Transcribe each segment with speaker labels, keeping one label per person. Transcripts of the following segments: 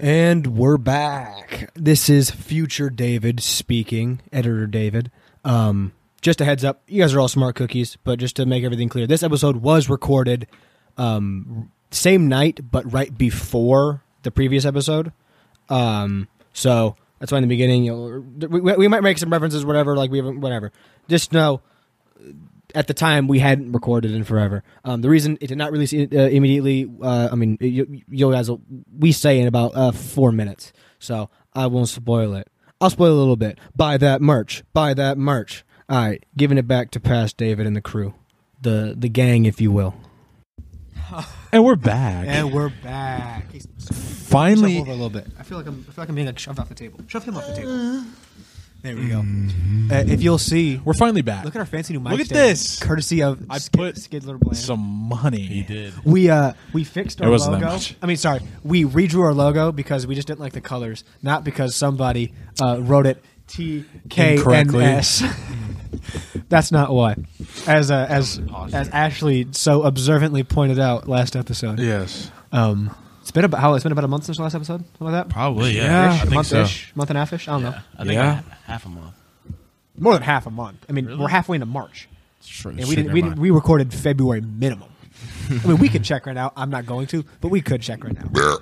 Speaker 1: And we're back. This is future David speaking, editor David. Um, just a heads up, you guys are all smart cookies, but just to make everything clear, this episode was recorded um, same night, but right before the previous episode. Um, so that's why in the beginning, you'll, we, we might make some references, whatever, like we haven't, whatever. Just know at the time we hadn't recorded in forever. Um, the reason it did not release i- uh, immediately, uh, I mean, you, you guys, will, we say in about uh, four minutes, so I won't spoil it. I'll spoil a little bit. Buy that merch. Buy that merch. All right, giving it back to past David and the crew, the the gang, if you will.
Speaker 2: And we're back.
Speaker 1: we're back.
Speaker 2: Finally,
Speaker 1: a little bit. I feel like I'm. I feel like I'm being like shoved off the table. Shove him off the
Speaker 2: Uh.
Speaker 1: table. There we go. Uh, if you'll see,
Speaker 2: we're finally back.
Speaker 1: look at our fancy new mic.
Speaker 2: Mm-hmm. Look at
Speaker 1: stand,
Speaker 2: this.
Speaker 1: courtesy of
Speaker 2: I
Speaker 1: Skid-
Speaker 2: put
Speaker 1: Skidler Bland.
Speaker 2: some money. He did.
Speaker 1: We uh we fixed our
Speaker 2: It wasn't that
Speaker 1: logo.
Speaker 2: much.
Speaker 1: I mean, sorry, we redrew our logo because we just didn't like the colors, not because somebody uh, wrote it T K N
Speaker 2: Incorrectly.
Speaker 1: S. That's not why, as uh, as as Ashley so observantly pointed out last episode.
Speaker 3: Yes.
Speaker 1: Um, it's been about how it's been about a month since the last episode, something like that.
Speaker 4: Probably, yeah.
Speaker 3: Yeah.
Speaker 4: I
Speaker 1: a
Speaker 4: think
Speaker 1: month
Speaker 4: so.
Speaker 1: ish, month and a half ish. I don't know,
Speaker 4: I think
Speaker 3: Yeah.
Speaker 4: a- half a month.
Speaker 1: more than half a month. I mean, we're halfway into March, and we didn't, we didn't, we recorded February minimum. I mean, we could check right now. I'm not going to, but we could check right now.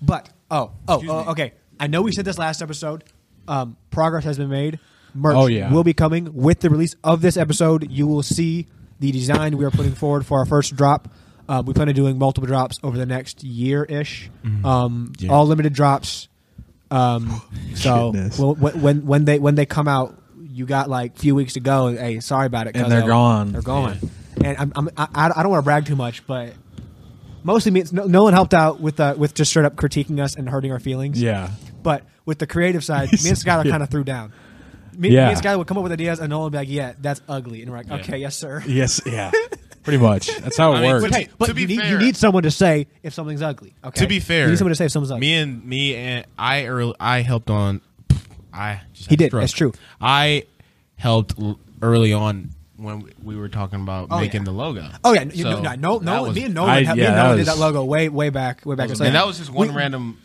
Speaker 1: But oh oh, oh okay. I know we said this last episode. Um, progress has been made. Merch
Speaker 2: Oh, yeah.
Speaker 1: will be coming with the release of this episode. You will see the design we are putting forward for our first drop. Uh, we plan on doing multiple drops over the next year ish. Um,
Speaker 2: Mm-hmm. Yeah.
Speaker 1: All limited drops. Um, so
Speaker 2: Shitness.
Speaker 1: well, wh- when when they when they come out, you got like few weeks to go. And, hey, sorry about it.
Speaker 2: And
Speaker 1: 'cause,
Speaker 2: they're
Speaker 1: uh,
Speaker 2: gone.
Speaker 1: They're gone. And I'm, I'm, I, I I don't want to brag too much, but mostly me. it's- No, no one helped out with uh, with just straight up critiquing us and hurting our feelings.
Speaker 2: Yeah.
Speaker 1: But with the creative side, me and Skylar kind of threw down. Me,
Speaker 2: Yeah.
Speaker 1: me and Skylar would come up with ideas, and Nolan would be like, "Yeah, that's ugly," and we're like, "Okay, yes, sir."
Speaker 2: Yes. Yeah. Pretty much. That's how it
Speaker 4: I mean,
Speaker 2: works.
Speaker 4: but hey,
Speaker 1: But
Speaker 4: To be
Speaker 1: you, need, you
Speaker 4: fair-
Speaker 1: need someone to say if something's ugly. Okay.
Speaker 4: To be fair,
Speaker 1: you need someone to say if someone's ugly.
Speaker 4: me and me and I early, I helped on. I just had
Speaker 1: He
Speaker 4: a
Speaker 1: did,
Speaker 4: stroke.
Speaker 1: that's true.
Speaker 4: I helped l- early on when we were talking about
Speaker 1: Oh,
Speaker 4: making
Speaker 1: yeah.
Speaker 4: the logo.
Speaker 1: oh yeah, you,
Speaker 4: So,
Speaker 1: no, no,
Speaker 4: that
Speaker 1: no,
Speaker 4: was-
Speaker 1: me and Nolan,
Speaker 2: I-
Speaker 1: helped- me
Speaker 2: yeah,
Speaker 1: and
Speaker 2: that
Speaker 1: Nolan
Speaker 2: was-
Speaker 1: did that logo way, way back, way back. It's like-
Speaker 4: and that was just one
Speaker 1: we-
Speaker 4: random.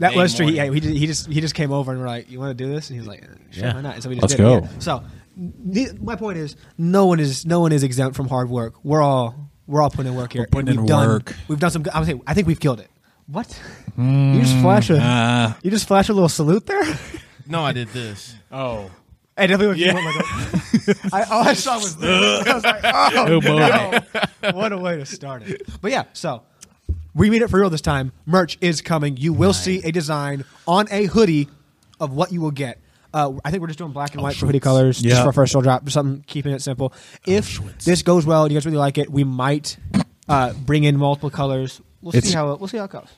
Speaker 1: That
Speaker 4: day
Speaker 1: was true. Yeah,
Speaker 4: morning.
Speaker 1: he just, he just he just came over and we're like, "You want to do this?" And he was like, eh, "Sure,
Speaker 4: Yeah.
Speaker 1: why not?" And so we just
Speaker 2: Let's
Speaker 1: did it.
Speaker 2: go.
Speaker 1: Yeah. So ne- my point is, no one is no one is exempt from hard work. We're all we're all putting in work here.
Speaker 2: We're putting
Speaker 1: And
Speaker 2: in
Speaker 1: we've done,
Speaker 2: work. Hmm.
Speaker 1: We've done some. good- I would say I think we've killed it. What? you just flash a
Speaker 2: uh.
Speaker 1: you just flash a little salute there.
Speaker 4: No, I did this.
Speaker 2: oh.
Speaker 1: I definitely went like a- I, all I saw was this. I was like, oh,
Speaker 2: Oh, boy.
Speaker 1: no. what a way to start it. But yeah, so we mean it for real this time. Merch is coming. You will see a design on a hoodie of what you will get. Uh, I think we're just doing black and white for hoodie colors, just
Speaker 2: Oh, Yeah. Oh,
Speaker 1: for our first little drop, something keeping it simple. If this goes well and you guys really like it, we might uh, bring in multiple colors. We'll
Speaker 2: It's-
Speaker 1: see how it, we'll see how it goes.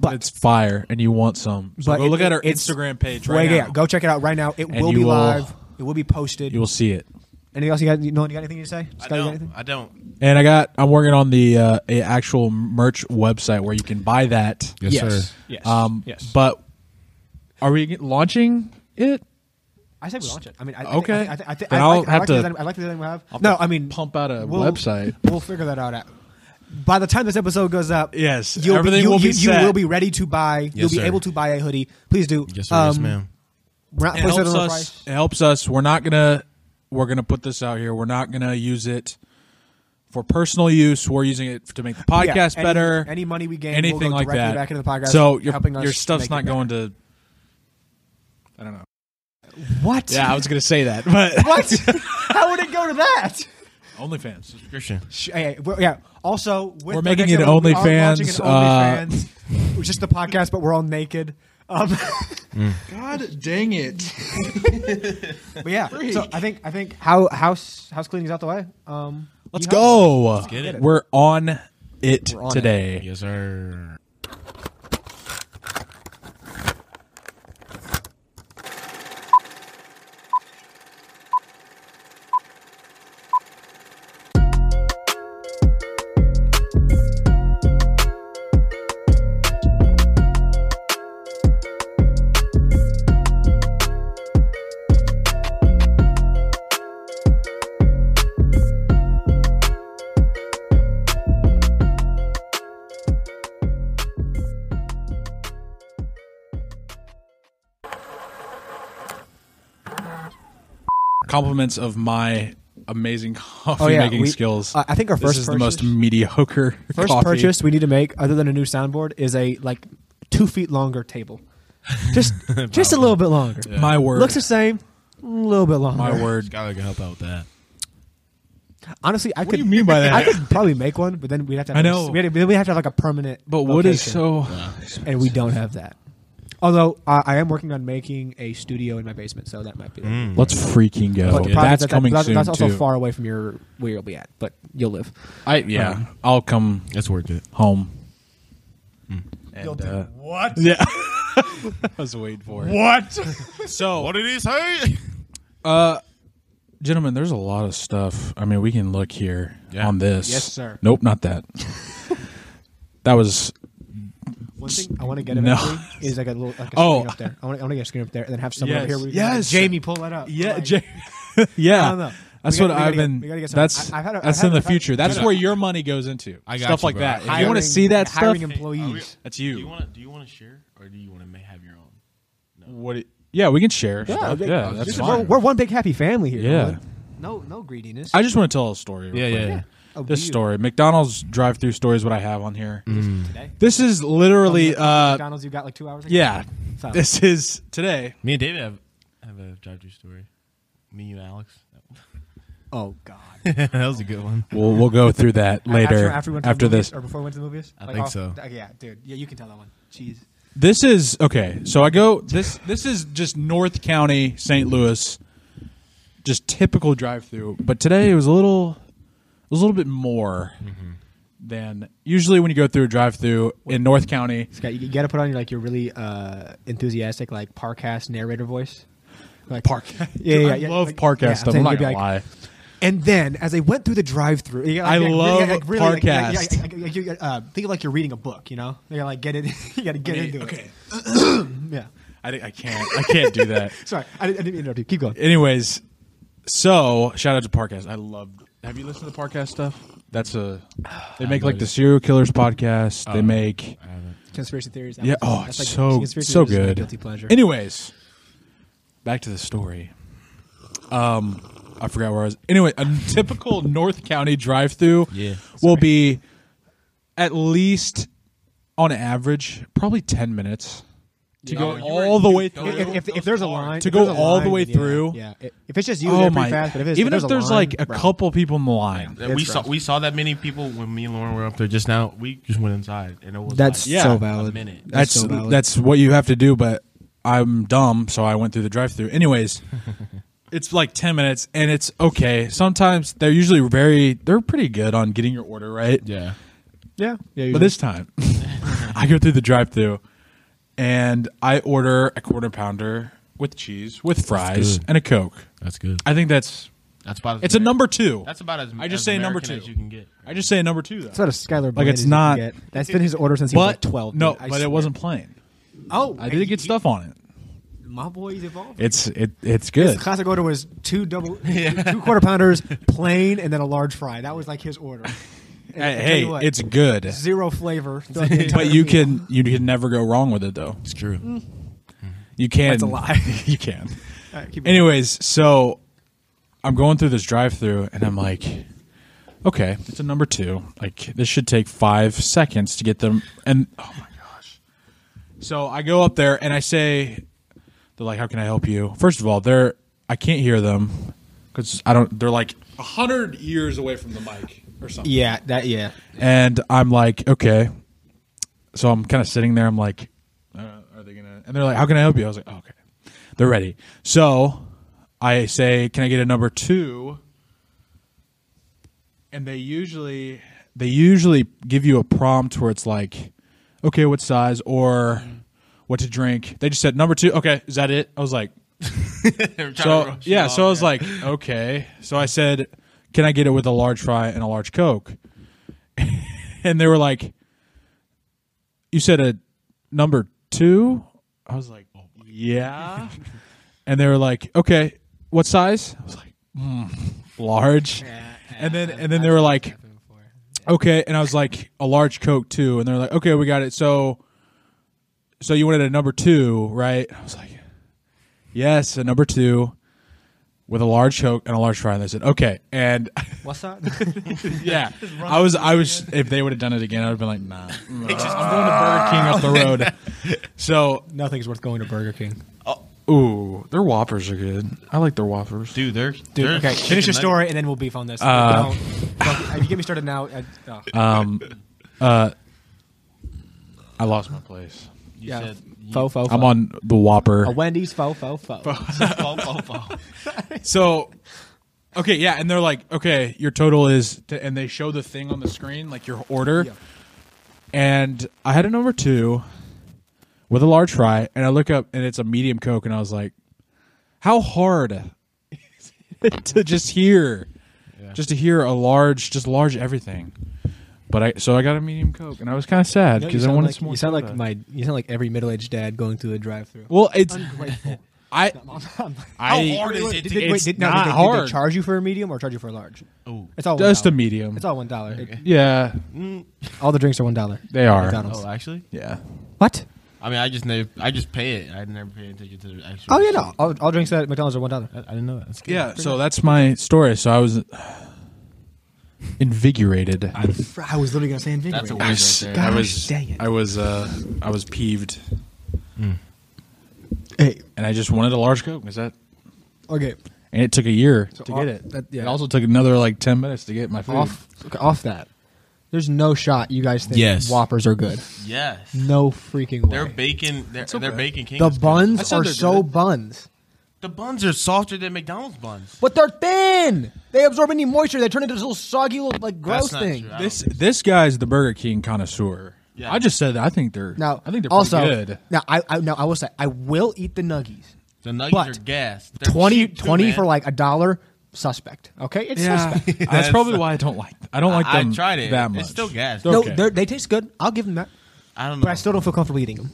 Speaker 2: But it's fire, and you want some. So
Speaker 1: But
Speaker 2: go
Speaker 1: it-
Speaker 2: look at our
Speaker 1: it's-
Speaker 2: Instagram page
Speaker 1: Well,
Speaker 2: right
Speaker 1: yeah,
Speaker 2: now.
Speaker 1: go check it out right now. It
Speaker 2: And
Speaker 1: will be
Speaker 2: you will-
Speaker 1: live. It will be posted.
Speaker 2: You will see it.
Speaker 1: Anything else you got? No, you got anything to say?
Speaker 4: I
Speaker 1: Scott, you got
Speaker 4: don't.
Speaker 1: anything?
Speaker 4: I don't.
Speaker 2: And I got. I'm working on the uh, a actual merch website where you can buy that.
Speaker 1: Yes. Yes.
Speaker 2: Um.
Speaker 1: Yes.
Speaker 2: But are we g- launching it?
Speaker 1: I say we launch it. I mean, I,
Speaker 2: Okay.
Speaker 1: I, thi- I, thi- I, thi-
Speaker 2: Then
Speaker 1: I,
Speaker 2: I'll
Speaker 1: like, I
Speaker 2: have
Speaker 1: like the
Speaker 2: to-
Speaker 1: design- I like the design we have.
Speaker 2: I'll
Speaker 1: no,
Speaker 2: have to
Speaker 1: I mean,
Speaker 2: pump out a
Speaker 1: we'll-
Speaker 2: website.
Speaker 1: We'll figure that out. At, by the time this episode goes up,
Speaker 2: Yes,
Speaker 1: you'll
Speaker 2: everything
Speaker 1: be, you,
Speaker 2: will be
Speaker 1: you, you
Speaker 2: set.
Speaker 1: will be ready to buy. you'll be
Speaker 4: sir.
Speaker 1: able to buy a hoodie. Please do. Um,
Speaker 4: Yes, sir, yes, ma'am.
Speaker 1: We're not
Speaker 2: It
Speaker 1: placing it
Speaker 2: helps
Speaker 1: on the
Speaker 2: us.
Speaker 1: price.
Speaker 2: It helps us. We're not gonna. We're gonna put this out here. We're not gonna use it for personal use. We're using it to make the
Speaker 1: Yeah,
Speaker 2: podcast
Speaker 1: any-
Speaker 2: better.
Speaker 1: Any money we gain,
Speaker 2: anything
Speaker 1: will go
Speaker 2: like
Speaker 1: directly
Speaker 2: that.
Speaker 1: back into the podcast.
Speaker 2: so your
Speaker 1: helping us
Speaker 2: your stuff's
Speaker 1: make
Speaker 2: not
Speaker 1: it
Speaker 2: going to. I don't know.
Speaker 1: better. What?
Speaker 2: Yeah, I was gonna say that, but
Speaker 1: what? How would it go to that?
Speaker 2: OnlyFans.
Speaker 4: Subscription.
Speaker 1: Sh- yeah, we're, yeah. Also, with
Speaker 2: We're
Speaker 1: the
Speaker 2: making
Speaker 1: next
Speaker 2: it
Speaker 1: episode, we are
Speaker 2: OnlyFans,
Speaker 1: launching an
Speaker 2: uh,
Speaker 1: OnlyFans. It was just the podcast, but we're all naked. Um,
Speaker 3: God dang it.
Speaker 1: but yeah, so I think I think how house house cleaning's out the way. Um,
Speaker 2: Let's
Speaker 1: you help.
Speaker 2: go.
Speaker 4: get it.
Speaker 2: We're on it
Speaker 1: on it.
Speaker 2: today.
Speaker 4: Yes, sir.
Speaker 2: compliments of my amazing coffee
Speaker 1: Oh, yeah,
Speaker 2: making
Speaker 1: we-
Speaker 2: skills.
Speaker 1: I- I think our
Speaker 2: this
Speaker 1: first
Speaker 2: is the most
Speaker 1: purchase-
Speaker 2: mediocre
Speaker 1: First
Speaker 2: coffee.
Speaker 1: purchase we need to make, other than a new soundboard, is a like two feet longer table. Just just a little bit longer.
Speaker 2: My word.
Speaker 1: Looks the same, a little bit longer.
Speaker 2: my
Speaker 4: Just
Speaker 2: word.
Speaker 4: gotta help out with that.
Speaker 1: Honestly, I
Speaker 2: What
Speaker 1: could.
Speaker 2: do you mean by that?
Speaker 1: I could probably make one, but then we'd have to. Have
Speaker 2: I
Speaker 1: a-
Speaker 2: know.
Speaker 1: we'd have- then we'd have to have like a permanent.
Speaker 2: But wood is
Speaker 1: location,
Speaker 2: so.
Speaker 1: and we don't have that. Although uh, I I am working on making a studio in my basement, so that might be.
Speaker 2: Let's freaking go.
Speaker 1: But the problem is
Speaker 2: that's
Speaker 1: that-
Speaker 2: coming
Speaker 1: that's,
Speaker 2: soon
Speaker 1: That's also
Speaker 2: too.
Speaker 1: far away from your where you'll be at, but you'll live.
Speaker 2: I yeah.
Speaker 4: Um,
Speaker 2: I'll come
Speaker 4: It's worth it.
Speaker 2: home. And,
Speaker 5: You'll do
Speaker 2: uh,
Speaker 5: what?
Speaker 2: yeah. I was waiting for it.
Speaker 5: What?
Speaker 2: So,
Speaker 5: what did he say?
Speaker 2: uh, gentlemen, there's a lot of stuff. I mean, we can look here
Speaker 4: Yeah.
Speaker 2: on this.
Speaker 1: Yes, sir.
Speaker 2: Nope, not that. that was
Speaker 1: One thing I want to get
Speaker 2: No.
Speaker 1: eventually is like a little like a
Speaker 2: Oh.
Speaker 1: screen up there. I want to get a screen up there and then have someone
Speaker 2: Yes.
Speaker 1: over here. We can have
Speaker 2: Yes.
Speaker 1: Jamie, pull that up.
Speaker 2: yeah,
Speaker 1: Like,
Speaker 2: Jay-
Speaker 1: I
Speaker 2: yeah.
Speaker 1: don't know.
Speaker 2: That's
Speaker 1: We
Speaker 2: what
Speaker 1: gotta- we
Speaker 2: I've
Speaker 1: gotta get-
Speaker 2: been.
Speaker 1: we gotta get some-
Speaker 2: that's
Speaker 1: I- I've had a- I've
Speaker 2: that's
Speaker 1: had
Speaker 2: in
Speaker 1: a-
Speaker 2: the
Speaker 1: I've had-
Speaker 2: future. That's
Speaker 1: Dude,
Speaker 2: where your money goes into
Speaker 4: I got
Speaker 2: stuff
Speaker 4: you,
Speaker 2: like
Speaker 4: bro.
Speaker 2: that. If you
Speaker 1: hiring-
Speaker 2: want to see that stuff,
Speaker 1: hiring employees.
Speaker 2: that's you.
Speaker 5: Do you want to? Do you want to share, or do you want to have your own?
Speaker 2: what? it- yeah, we can share. Yeah,
Speaker 1: okay.
Speaker 2: yeah,
Speaker 4: Okay.
Speaker 2: that's
Speaker 4: Just-
Speaker 1: We're,
Speaker 2: fine.
Speaker 1: we're one big happy family here.
Speaker 2: Yeah.
Speaker 1: Nolan. No, no greediness.
Speaker 2: I just want to tell a story. real
Speaker 4: Yeah,
Speaker 2: quick.
Speaker 4: yeah, yeah.
Speaker 1: Oh,
Speaker 2: This
Speaker 1: you.
Speaker 2: story, McDonald's drive-through story, is what I have on here.
Speaker 1: today.
Speaker 2: This is
Speaker 1: Oh,
Speaker 2: literally, uh,
Speaker 1: McDonald's, you got like two hours. Ago?
Speaker 2: yeah.
Speaker 1: Solid.
Speaker 2: This is today.
Speaker 4: Me and David have.
Speaker 5: Have a drive-through story. Me, you, Alex.
Speaker 1: Oh God.
Speaker 4: that was a good one.
Speaker 2: We'll we'll go through that later
Speaker 1: After, after, we went to the
Speaker 2: after
Speaker 1: movies,
Speaker 2: this.
Speaker 1: or before we went to the movies. I
Speaker 4: think so.
Speaker 1: yeah, dude. Yeah, you can tell that one. Jeez.
Speaker 2: This is okay. So I go this this is just North County, St. Louis, just typical drive-through. But today it was a little, it was a little bit more than usually when you go through a drive-through in North County.
Speaker 1: Scott, you, you got to put on your like your really uh, enthusiastic like Parcast narrator voice. Like
Speaker 2: Park.
Speaker 1: Yeah, yeah,
Speaker 2: I
Speaker 1: yeah,
Speaker 2: love
Speaker 1: like-
Speaker 2: park
Speaker 1: yeah, I'm
Speaker 2: ass stuff. I'm
Speaker 1: saying
Speaker 2: not
Speaker 1: you'd be
Speaker 2: gonna
Speaker 1: like-
Speaker 2: lie.
Speaker 1: And then, as they went through the drive-through, you gotta,
Speaker 2: I
Speaker 1: like, really-
Speaker 2: love
Speaker 1: like, really, like, yeah, yeah,
Speaker 2: Parcast.
Speaker 1: like, like, you, uh, think like you're reading a book, you know? You gotta like get it. You gotta get into
Speaker 2: okay.
Speaker 1: it. Yeah.
Speaker 2: I, di- I can't. I can't do that.
Speaker 1: Sorry, I didn't, I didn't interrupt you. Keep going.
Speaker 2: Anyways, so shout out to Parcast. I loved. Have you listened to the Parcast stuff? That's a. They make like the serial killers podcast. they make
Speaker 1: Conspiracy theories. that
Speaker 2: yeah.
Speaker 1: was-
Speaker 2: Oh,
Speaker 1: that's,
Speaker 2: it's so
Speaker 1: conspiracy
Speaker 2: so
Speaker 1: theories is my
Speaker 2: good.
Speaker 1: Guilty pleasure.
Speaker 2: Anyways, back to the story. Um, I forgot where I was. Anyway, a typical North County drive-through
Speaker 4: Yeah.
Speaker 2: will be at least on average probably ten minutes to go all the way through.
Speaker 1: if, if- if, if there's a line
Speaker 2: To
Speaker 1: if there's
Speaker 2: go
Speaker 1: a
Speaker 2: all the
Speaker 1: line,
Speaker 2: way
Speaker 1: yeah,
Speaker 2: through.
Speaker 1: Yeah. If- If it's just you,
Speaker 2: oh
Speaker 1: they're
Speaker 2: my!
Speaker 1: pretty fast. But if it's,
Speaker 2: even if
Speaker 1: a
Speaker 2: there's
Speaker 1: line,
Speaker 2: like a
Speaker 1: bro.
Speaker 2: couple people in the line,
Speaker 5: We
Speaker 1: It's
Speaker 5: saw
Speaker 1: rough.
Speaker 5: we saw that many people when me and Lauren were up there just now. We just went inside, and it was
Speaker 1: That's
Speaker 5: like,
Speaker 2: Yeah.
Speaker 1: so
Speaker 2: a
Speaker 1: valid.
Speaker 5: minute.
Speaker 2: that's
Speaker 1: so valid.
Speaker 2: that's what you have to do. But I'm dumb, so I went through the drive-through. Anyways, it's like ten minutes, and it's okay. Sometimes they're usually very they're pretty good on getting your order right.
Speaker 4: Yeah.
Speaker 1: yeah. yeah
Speaker 2: But this time, I go through the drive-through, and I order a quarter pounder with cheese, with fries,
Speaker 4: good.
Speaker 2: and a coke.
Speaker 4: That's good.
Speaker 2: I think that's
Speaker 5: That's about. As
Speaker 2: it's a number two.
Speaker 5: That's about as.
Speaker 2: I just
Speaker 5: as
Speaker 2: say number
Speaker 5: American
Speaker 2: two.
Speaker 5: as you can get.
Speaker 2: I just say a number two though.
Speaker 1: That's not a Skylar
Speaker 2: Like,
Speaker 1: Blaine
Speaker 2: it's
Speaker 1: as you can
Speaker 2: not-
Speaker 1: get. That's been his order since he was like 12.
Speaker 2: No,
Speaker 1: dude. I
Speaker 2: but
Speaker 1: swear.
Speaker 2: it wasn't plain.
Speaker 1: Oh,
Speaker 2: I did get stuff on it.
Speaker 1: My boy's evolved.
Speaker 2: It's it it's good.
Speaker 1: His classic order was two double, two quarter pounders, plain, and then a large fry. That was like his order. And I
Speaker 2: Hey,
Speaker 1: tell
Speaker 2: hey,
Speaker 1: you what,
Speaker 2: it's good.
Speaker 1: zero flavor. throughout the entire
Speaker 2: But you
Speaker 1: meal.
Speaker 2: can you can never go wrong with it though.
Speaker 4: It's true.
Speaker 2: You can.
Speaker 1: Mm. That's a lie.
Speaker 2: you can.
Speaker 1: All right, keep going.
Speaker 2: Anyways, so I'm going through this drive-through and I'm like, okay, it's a number two. Like this should take five seconds to get them. And oh my gosh. So I go up there and I say, they're like, how can I help you? First of all, they're I can't hear them because I don't. They're like hundred ears away from the mic or something.
Speaker 1: yeah, that yeah.
Speaker 2: And I'm like, okay. So I'm kind of sitting there. I'm like, uh, are they gonna? And they're like, how can I help you? I was like, oh, okay. They're ready. So I say, can I get a number two? And they usually they usually give you a prompt where it's like, okay, what size or what to drink. They just said number two. Okay, is that it? I was like,
Speaker 5: They were trying to
Speaker 2: so
Speaker 5: rush you
Speaker 2: yeah,
Speaker 5: off,
Speaker 2: so I was
Speaker 5: man.
Speaker 2: like, okay. So I said, can I get it with a large fry and a large coke? and they were like, you said a number two. I was like, yeah. and they were like, okay, what size? I was like, mm, large. And then and then they were like, okay. And I was like, a large coke too. And they're like, okay, we got it. So so you wanted a number two, right? I was like, yes, a number two. with a large Coke and a large fry. And they said, okay. And
Speaker 1: What's that?
Speaker 2: yeah, I was, I was, if they would have done it again, I'd have been like, nah, I'm going to Burger King up the road. so,
Speaker 1: Nothing's worth going to Burger King.
Speaker 2: ooh, their Whoppers are good. I like their Whoppers.
Speaker 5: Dude, they're,
Speaker 1: Dude,
Speaker 5: they're
Speaker 1: okay, finish your
Speaker 5: chicken nug-
Speaker 1: story and then we'll beef on this. Don't- don't- if you get me started now, I, oh.
Speaker 2: I lost my place.
Speaker 5: You
Speaker 1: yeah.
Speaker 5: said
Speaker 1: faux, faux,
Speaker 2: I'm
Speaker 1: faux.
Speaker 2: on the Whopper.
Speaker 1: a Wendy's faux, faux, faux.
Speaker 2: So, okay, yeah, and they're like, okay, your total is, to, and they show the thing on the screen, like your order.
Speaker 1: Yeah.
Speaker 2: And I had a number two with a large fry, and I look up, and it's a medium Coke, and I was like, how hard to just hear, just to hear a large, just large everything. But I, so I got a medium Coke, and I was kind of sad
Speaker 1: You know, you
Speaker 2: because I
Speaker 1: sound
Speaker 2: wanted
Speaker 1: like,
Speaker 2: some more.
Speaker 1: You sound like
Speaker 2: soda.
Speaker 1: my. You sound like every middle-aged dad going through a drive-through.
Speaker 2: well, it's
Speaker 1: Ungrateful.
Speaker 2: I, I
Speaker 5: hard is it
Speaker 1: Did,
Speaker 5: to
Speaker 1: did,
Speaker 5: get-
Speaker 1: wait,
Speaker 2: it's
Speaker 1: did, no, did
Speaker 2: not
Speaker 1: they, Did
Speaker 2: hard.
Speaker 1: they charge you for a medium or charge you for a large?
Speaker 5: Ooh.
Speaker 1: It's all
Speaker 2: just a
Speaker 1: $1.
Speaker 2: medium.
Speaker 1: It's all one dollar. It-
Speaker 2: yeah,
Speaker 1: All the drinks are one dollar.
Speaker 2: they are.
Speaker 1: McDonald's.
Speaker 5: Oh, actually?
Speaker 2: Yeah.
Speaker 1: What?
Speaker 5: I mean, I just never, I just pay it. I never pay attention to the actual.
Speaker 1: Oh yeah, no. All, all drinks at McDonald's are one dollar.
Speaker 5: I, I didn't know that. That's good.
Speaker 2: Yeah, so that's my story. So I was invigorated. I
Speaker 1: I was literally gonna say invigorated.
Speaker 5: That's a word right there.
Speaker 1: God. Gosh,
Speaker 2: was
Speaker 1: dang it.
Speaker 2: I was uh I was peeved
Speaker 1: Hey,
Speaker 2: and I just wanted a large coke. Is that
Speaker 1: okay.
Speaker 2: and it took a year to
Speaker 1: off-
Speaker 2: get it.
Speaker 1: that- yeah.
Speaker 2: It also took another like 10 minutes to get my food.
Speaker 1: Off, okay, off that. There's no shot you guys think
Speaker 4: Yes.
Speaker 1: Whoppers are good.
Speaker 5: Yes.
Speaker 1: No freaking way.
Speaker 5: Their bacon, their, their
Speaker 2: okay.
Speaker 5: bacon king.
Speaker 1: the
Speaker 5: is good.
Speaker 2: I
Speaker 1: buns
Speaker 2: said
Speaker 1: are
Speaker 2: they're
Speaker 1: so
Speaker 2: good.
Speaker 1: buns,
Speaker 5: The buns are softer than McDonald's buns.
Speaker 1: but they're thin. They absorb any moisture. They turn into this little soggy, little, like gross
Speaker 5: not
Speaker 1: thing.
Speaker 5: true. I
Speaker 2: This this guy's the Burger King connoisseur.
Speaker 5: Yeah.
Speaker 2: I just said that I think they're
Speaker 1: Now,
Speaker 2: I think they're
Speaker 1: also
Speaker 2: pretty good.
Speaker 1: now I, I now I will say I will eat the nuggies.
Speaker 5: The nuggies
Speaker 1: But
Speaker 5: are gas.
Speaker 1: 20, 20 for like a dollar. Suspect. Okay, it's
Speaker 2: Yeah.
Speaker 1: suspect.
Speaker 2: that's, probably why I don't like I don't like
Speaker 5: I
Speaker 2: them
Speaker 5: tried it.
Speaker 2: that
Speaker 5: It's
Speaker 2: much.
Speaker 5: still gas.
Speaker 2: They're
Speaker 1: No,
Speaker 2: okay.
Speaker 1: they're they taste good. I'll give them that,
Speaker 5: I don't know.
Speaker 1: but I still don't feel comfortable eating them.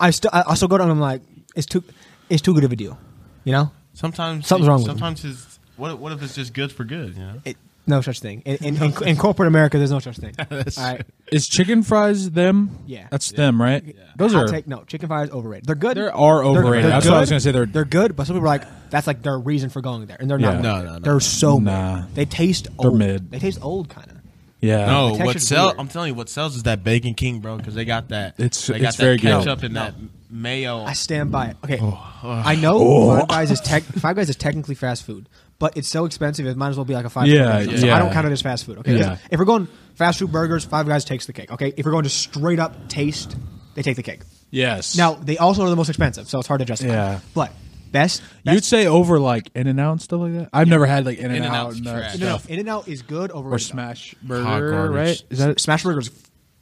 Speaker 1: I still I also go down. and I'm like, it's too, it's too good of a deal. You know,
Speaker 5: sometimes
Speaker 1: Something's wrong with
Speaker 5: Sometimes it's what? What if it's just good for good? You know.
Speaker 1: it, no such thing. In, in, in, in corporate America, there's no such thing. All right,
Speaker 2: Is chicken fries them?
Speaker 1: Yeah.
Speaker 2: That's them, right? Those
Speaker 1: I'll
Speaker 2: are
Speaker 1: take no chicken fries overrated. They're good.
Speaker 2: They are overrated. That's what I was gonna say. They're,
Speaker 1: They're good, but some people are like that's like their reason for going there, and they're
Speaker 2: Yeah.
Speaker 1: not.
Speaker 2: No,
Speaker 1: No,
Speaker 5: no, no.
Speaker 1: They're so
Speaker 2: Nah.
Speaker 1: mid. They taste.
Speaker 2: They're
Speaker 1: old.
Speaker 2: mid.
Speaker 1: They taste old, kind of.
Speaker 2: yeah.
Speaker 5: No,
Speaker 1: texture's
Speaker 5: what sells?
Speaker 1: weird.
Speaker 5: I'm telling you, what sells is that bacon king, bro, because they got that.
Speaker 2: It's-
Speaker 5: they got
Speaker 2: it's
Speaker 5: that
Speaker 2: very good.
Speaker 5: ketchup and that mayo.
Speaker 1: I stand by it. Okay,
Speaker 2: Oh, uh,
Speaker 1: I know Five Guys is tech. Five Guys is technically fast food, but it's so expensive it might as well be like a five.
Speaker 2: Yeah,
Speaker 1: so
Speaker 2: yeah.
Speaker 1: I don't count it as fast food. Okay,
Speaker 2: Yeah.
Speaker 1: if we're going fast food burgers, Five Guys takes the cake. Okay, if we're going just straight up taste, they take the cake.
Speaker 2: Yes.
Speaker 1: Now they also are the most expensive, so it's hard to justify.
Speaker 2: Yeah.
Speaker 1: but best.
Speaker 2: you'd say over like In and Out and stuff like that. I've never had like In and Out
Speaker 5: In-N-Out's
Speaker 2: and that
Speaker 5: trash.
Speaker 1: no, no,
Speaker 2: stuff
Speaker 1: In and Out is good over
Speaker 2: or Smash
Speaker 5: Hot
Speaker 2: Burger,
Speaker 5: garbage.
Speaker 2: right? Is that
Speaker 1: Smash Burger's